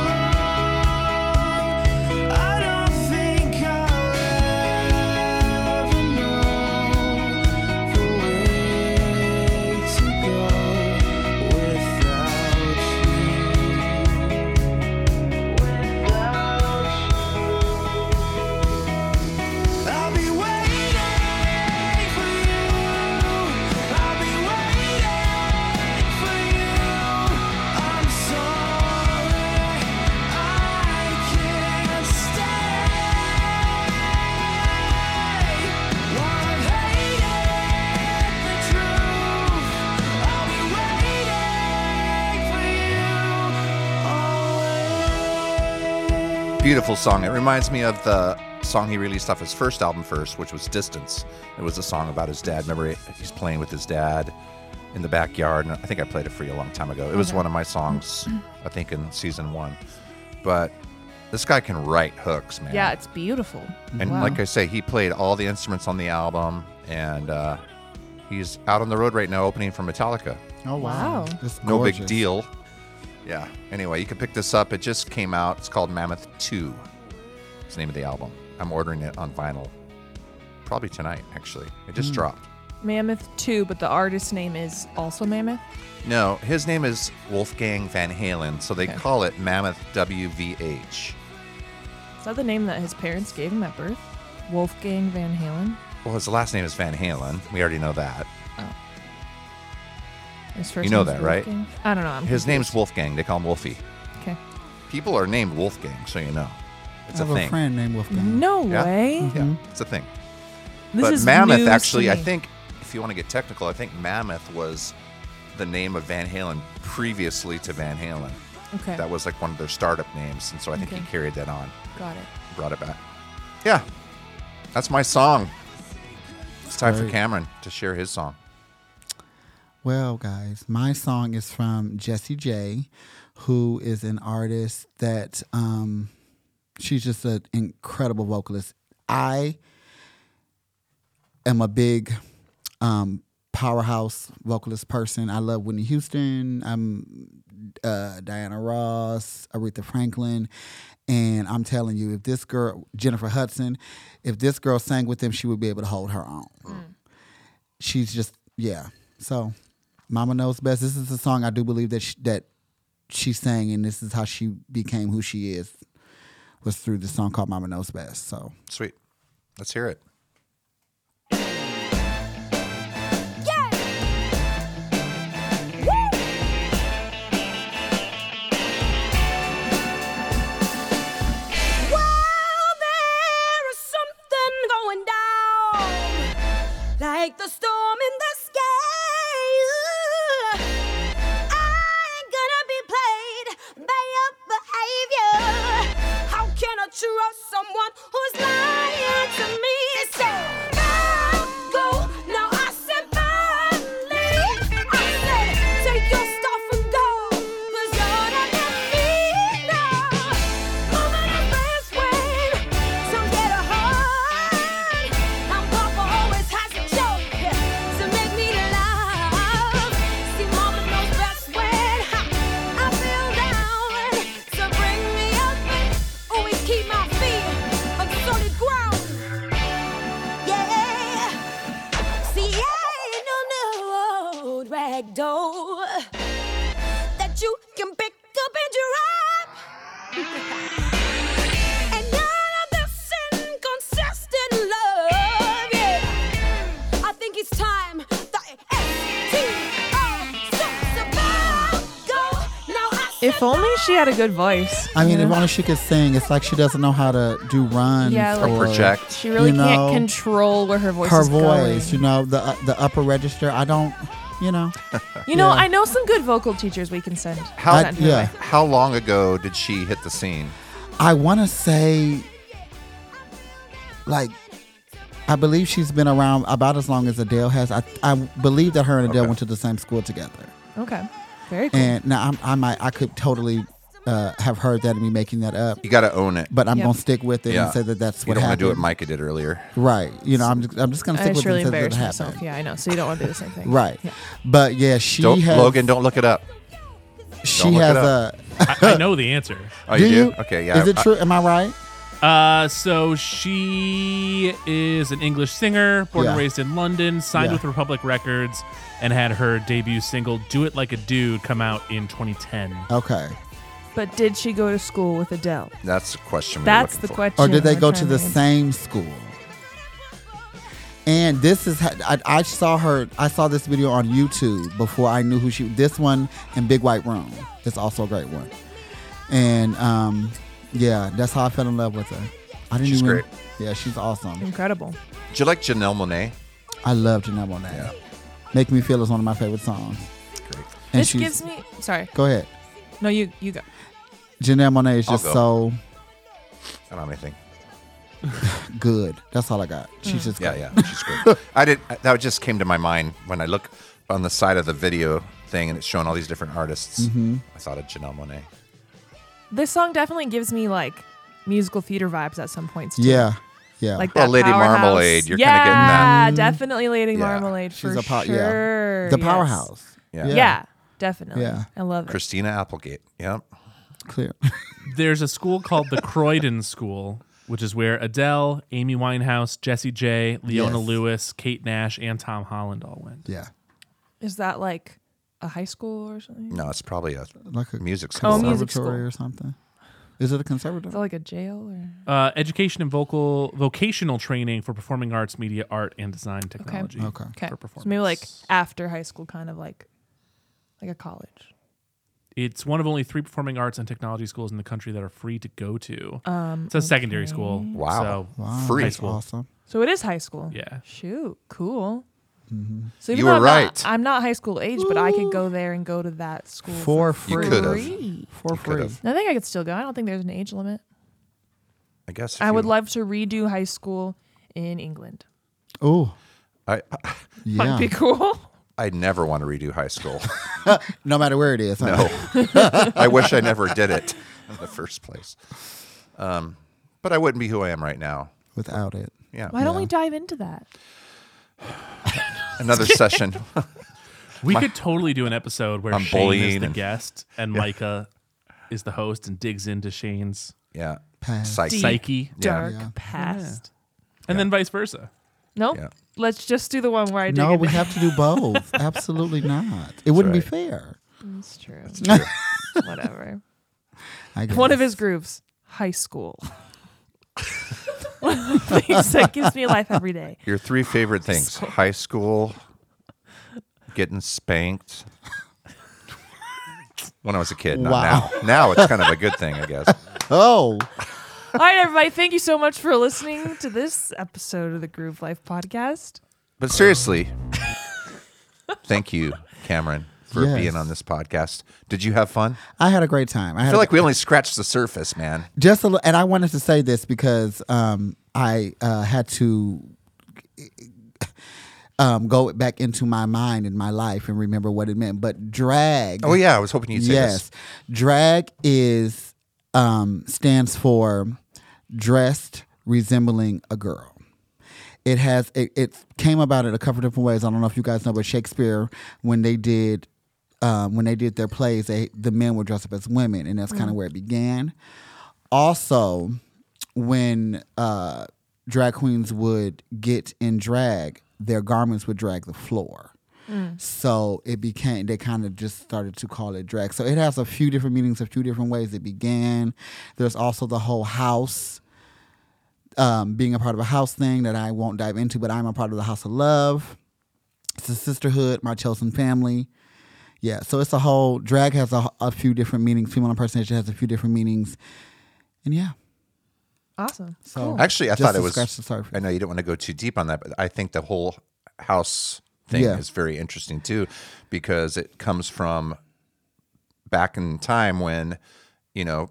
H: I don't think I'll ever know the way to go without you. I'll be waiting for you. I'll be waiting for you. I'm sorry, I can't stay. One hated the truth. I'll be waiting for you always.
B: Beautiful song. It reminds me of the song he released off his first album first, which was Distance. It was a song about his dad. Remember, he's playing with his dad in the backyard. And I think I played it for you a long time ago. It was
C: Uh-huh.
B: one of my songs, I think, in season one. But this guy can write hooks, man.
C: Yeah, it's beautiful.
B: And
C: Wow.
B: like I say, he played all the instruments on the album, and uh, he's out on the road right now opening for Metallica.
G: Oh
C: wow. Wow.
G: That's
B: No big
G: gorgeous.
B: deal. Yeah. Anyway, you can pick this up. It just came out. It's called Mammoth 2. It's the name of the album. I'm ordering it on vinyl probably tonight, actually. It
G: Hmm.
B: just dropped.
C: Mammoth 2, but the artist's name is also Mammoth.
B: No, his name is Wolfgang Van Halen, so they call it Mammoth WVH.
C: Is that the name that his parents gave him at birth? Wolfgang Van Halen.
B: Well, his last name is Van Halen. We already know that.
C: His first
B: You know
C: name's
B: that, right?
C: Wolfgang? I don't know. I'm
B: His name's Wolfgang. They call him Wolfie.
C: okay.
B: People are named Wolfgang, so you know. It's
G: I have
B: a
G: a,
B: thing.
G: friend Mm-hmm. named Wolfgang.
C: No
B: Yeah.
C: way.
B: Yeah, it's a thing.
C: This
B: but
C: is
B: Mammoth,
C: news
B: actually,
C: to
B: I
C: me.
B: think, if you want to get technical, I think Mammoth was the name of Van Halen previously to Van Halen.
C: Okay.
B: That was like one of their startup names, and so I think
C: Okay.
B: he carried that on,
C: Got it.
B: brought it back. Yeah, that's my song. It's time for
G: Great.
B: Cameron to share his song.
G: Well, guys, my song is from Jessie J, who is an artist that um, she's just an incredible vocalist. I am a big um, powerhouse vocalist person. I love Whitney Houston. I'm uh, Diana Ross, Aretha Franklin, and I'm telling you, if this girl, Jennifer Hudson, if this girl sang with them, she would be able to hold her own she's just yeah. So, Mama knows best. This is a song I do believe that she, that she sang, and this is how she became who she is was through this song called Mama Knows Best. So,
B: Sweet. Let's hear it.
H: Well, there is something going down, like the storm in the sky. I ain't gonna be played by your behavior. How can I trust someone who's lying to me? It said, "Now go." Now I said, "Finally." I said, "Take your stuff and go." 'Cause you're not the leader. Moving in fast way to get a heart. Now Papa always has a joke to make me laugh. See, Mama knows best when I feel down. So bring me up and always keep my feet on solid ground. Yeah. See, I ain't on the old rag doll that you can pick up and drop. And none of this inconsistent love, yeah. I think it's time that STO stops about go. Now I
C: If
H: said
C: only she had a good voice.
G: I mean, if only she could sing. It's like she doesn't know how to do runs
C: Yeah, like-
B: Or project.
C: She really
G: You know,
C: can't control where her voice
G: her
C: is going.
G: voice. You know, the uh, the upper register. I don't. You know,
C: You know,
G: Yeah.
C: I know some good vocal teachers we can send.
B: How
G: I, yeah.
B: how long ago did she hit the scene?
G: I want to say, like, I believe she's been around about as long as Adele has. I I believe that her and Adele went to the same school together.
C: Okay. Very cool.
G: And now I'm, I might, I could totally uh, have heard that and be making that up,
B: You got to own it.
G: but I'm
C: Yeah.
G: gonna stick with it
B: Yeah.
G: and say that that's
B: you
G: what
B: don't want
G: happened.
B: to do what Micah did earlier.
G: Right? You know, I'm just, I'm just gonna
C: I
G: stick
C: just
G: with
C: really
G: it and say
C: embarrassed
G: that it happened.
C: myself. Yeah, I know. So you don't want to do the same thing.
G: Right.
C: Yeah.
G: But yeah, she
B: Don't
G: has
B: Logan, don't look it up.
G: she
B: don't look it
G: has a.
B: up.
F: I, I know the answer.
B: Oh,
G: do
B: you
G: you?
B: do? Okay, yeah.
G: Is it
B: I-
G: true? Am I right?
F: Uh, so she is an English singer, born and
G: Yeah.
F: raised in London, signed
G: Yeah.
F: with Republic Records, and had her debut single "Do It Like a Dude" come out in 2010.
G: Okay.
C: But did she go to school with Adele?
B: That's the question. we were
C: That's
B: looking
C: the
B: for.
C: question.
G: Or did they
C: we're
G: go
C: trying
G: to the
C: answer.
G: same school? And this is how, I, I saw her. I saw this video on YouTube before I knew who she. This one and Big White Room is also a great one. And um, yeah, that's how I fell in love with her. I didn't
B: She's
G: even.
B: great.
G: Yeah, she's awesome.
C: Incredible.
B: Do you like Janelle Monet?
G: I love Janelle Monae.
B: Yeah.
G: Make Me Feel is one of my favorite songs. And
C: this
G: she's,
C: gives me. Sorry.
G: Go ahead.
C: No, you you go.
G: Janelle Monae is
B: I'll
G: just
B: go.
G: so.
B: I don't have anything.
G: good. That's all I got.
C: Mm.
G: She's just
B: Yeah,
G: good.
B: yeah, she's great. I did. That just came to my mind when I look on the side of the video thing, and it's showing all these different artists. I thought of Janelle Monet.
C: This song definitely gives me like musical theater vibes at some points. Too.
G: yeah, yeah.
C: Like
B: Well,
C: that
B: Lady
C: powerhouse.
B: Marmalade, you're
C: yeah,
B: kinda getting that.
C: definitely Lady
B: Yeah.
C: Marmalade for
G: Mm. She's a pow- yeah.
C: sure.
G: the
C: yes.
G: powerhouse.
B: Yeah.
C: Yeah. definitely.
G: Yeah.
C: I love it.
B: Christina Applegate. Yep.
G: Clear.
F: There's a school called the Croydon School, which is where Adele, Amy Winehouse, Jesse J, Leona
G: Yes.
F: Lewis, Kate Nash, and Tom Holland all went.
G: yeah,
C: Is that like a high school or something?
B: No, it's probably a
G: like a
B: music school.
C: Oh, music
G: conservatory or something. Is it a conservatory?
C: Is that like a jail or?
F: Uh, education and vocal vocational training for performing arts, media art, and design technology.
G: Okay.
C: Okay.
F: Oh, For
C: So maybe like
F: performance.
C: after high school, kind of like like a college.
F: It's one of only three performing arts and technology schools in the country that are free to go to. Um, it's a secondary school.
B: Wow.
F: So
G: Wow,
B: Free.
G: that's
F: High school.
G: awesome.
C: So it is high school.
F: Yeah.
C: Shoot. Cool. So
B: Mm-hmm. You
C: though
B: were
C: I'm
B: right.
C: Not, I'm not high school age, but I could go there and go to that school
G: For
B: You
G: free.
B: could have.
C: free.
G: For free.
B: could've.
C: I think I could still go. I don't think there's an age limit.
B: I guess. if
C: I would
B: you-
C: love to redo high school in England.
G: Oh,
B: I
G: yeah.
C: Be cool.
B: I never want to redo high school.
G: No matter where it is. huh?
B: No. I wish I never did it in the first place. Um, but I wouldn't be who I am right now.
G: Without it.
B: Yeah.
C: Why don't we dive into that?
B: Another session.
F: We could totally do an episode where
B: I'm
F: Shane is
B: bullying
F: the
B: and-
F: guest and Micah is the host and digs into Shane's
B: Yeah.
G: Pass.
B: Psyche.
F: psyche,
B: Yeah.
C: Dark past.
F: and then vice versa.
C: Nope.
B: Yeah.
C: Let's just do the one where I dig
G: No,
C: into-
G: we have to do both. Absolutely not. It wouldn't
B: right.
G: be fair.
C: That's true. Whatever.
G: I guess.
C: One of his grooves, high school. Things that gives me life every day.
B: Your three favorite things high school, getting spanked. When I was a kid, not
G: Wow.
B: now. Now it's kind of a good thing, I guess.
C: All
G: Oh,
C: right, everybody. Thank you so much for listening to this episode of the Groove Life Podcast.
B: But seriously, thank you, Cameron, for
G: Yes.
B: being on this podcast. Did you have fun?
G: I had a great time. I, had
B: I feel
G: a-
B: like we only scratched the surface, man.
G: just a little, and I wanted to say this because um, I uh, had to um, go back into my mind and my life and remember what it meant. But drag.
B: Oh yeah, I was hoping you'd say
G: yes,
B: this.
G: drag is um, stands for dressed resembling a girl. It has it, it came about in a couple different ways. I don't know if you guys know, but Shakespeare when they did um, when they did their plays, they the men were dressed up as women, and that's kind of where it began. Also, when uh, drag queens would get in drag, their garments would drag the floor. So it became they kind of just started to call it drag. So it has a few different meanings, a few different ways it began. There's also the whole house um, being a part of a house thing that I won't dive into, but I'm a part of the House of Love. It's a sisterhood, my chosen family. Yeah, so it's a whole drag has a, a few different meanings. Female impersonation has a few different meanings, and yeah.
C: Awesome.
G: So
B: Actually, I
G: Oh, just
B: thought
G: to
B: it was.
G: scratch the surface.
B: I know you don't want to go too deep on that, but I think the whole house thing
G: Yeah.
B: is very interesting too, because it comes from back in time when you know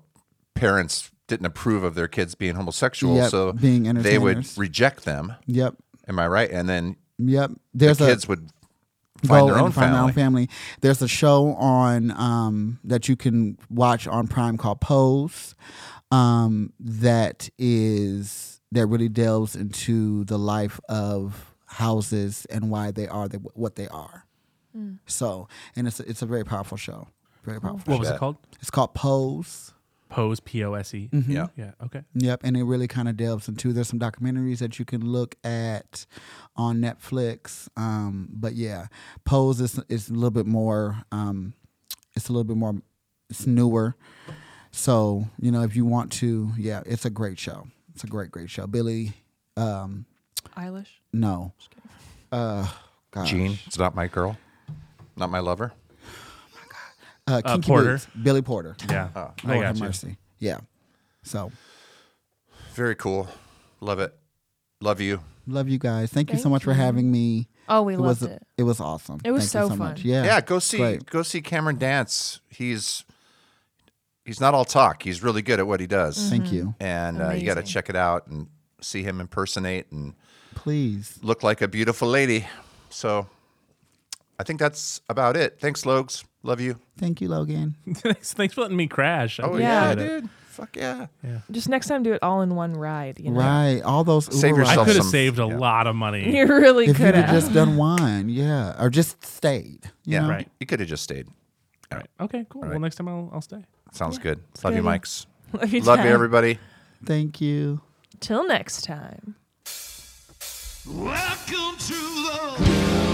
B: parents didn't approve of their kids being homosexual,
G: Yep,
B: so
G: being
B: they would
G: entertainers.
B: reject them.
G: Yep,
B: Am I right? And then
G: yep. There's
B: the
G: a
B: kids would find
G: go
B: their
G: and
B: own
G: find
B: family.
G: their own family. There's a show on um, that you can watch on Prime called Pose. Um, that is that really delves into the life of houses and why they are the, what they are. So, and it's a, it's a very powerful show. Very powerful.
F: What was
B: bet.
F: it called?
G: It's called Pose.
F: Pose P O S E.
B: Yeah.
G: Mm-hmm.
F: Yeah. Okay.
G: Yep, and it really kind of delves into. There's some documentaries that you can look at on Netflix. Um, but yeah, Pose is is a little bit more. Um, it's a little bit more. It's newer. So you know, if you want to, yeah, it's a great show. It's a great, great show. Billy, um,
C: Eilish.
G: no, uh, gosh.
B: Gene, it's not my girl, not my lover.
G: uh,
F: Uh,
G: Kinky
F: Porter.
G: Boots. Billy Porter.
F: Yeah. I
B: Oh,
G: Lord
F: got
G: have
F: you.
G: mercy. Yeah. So
B: Very cool. Love it. Love you.
G: love you guys. Thank, you so
C: Thank
G: much for having me.
C: Oh, we
G: it
C: loved
G: was
C: it.
G: it was awesome.
C: It was
G: Thank
C: so
G: you
C: fun.
G: Much. Yeah.
B: yeah go see
G: great.
B: go see cameron dance he's he's not all talk he's really good at what he does
G: Mm-hmm. Thank you.
B: and uh, you got to
C: Amazing.
B: check it out and see him impersonate and
G: Please.
B: look like a beautiful lady. So I think that's about it. Thanks, Logs. Love you.
G: Thank you, Logan.
F: thanks, thanks for letting me crash. I
B: Oh
F: appreciate
B: yeah,
F: it.
B: dude. Fuck yeah.
C: Just next time, do it all in one ride. You know?
G: Right. All those Uber
B: Save
F: I
B: yourself
G: rides.
F: could have
B: some-
F: saved a
B: yeah.
F: lot of money.
C: You really
G: If you
C: could
G: had
C: have.
G: just done one, yeah, or just stayed. you
B: Yeah,
G: know?
F: Right.
B: You could have just stayed.
F: All right. Okay. Cool. Well, next time I'll, I'll stay.
B: Sounds good. Love you, Mikes.
C: Love you,
B: Love you,
C: Dad.
B: everybody.
G: Thank you.
C: Till next time.
I: Welcome to the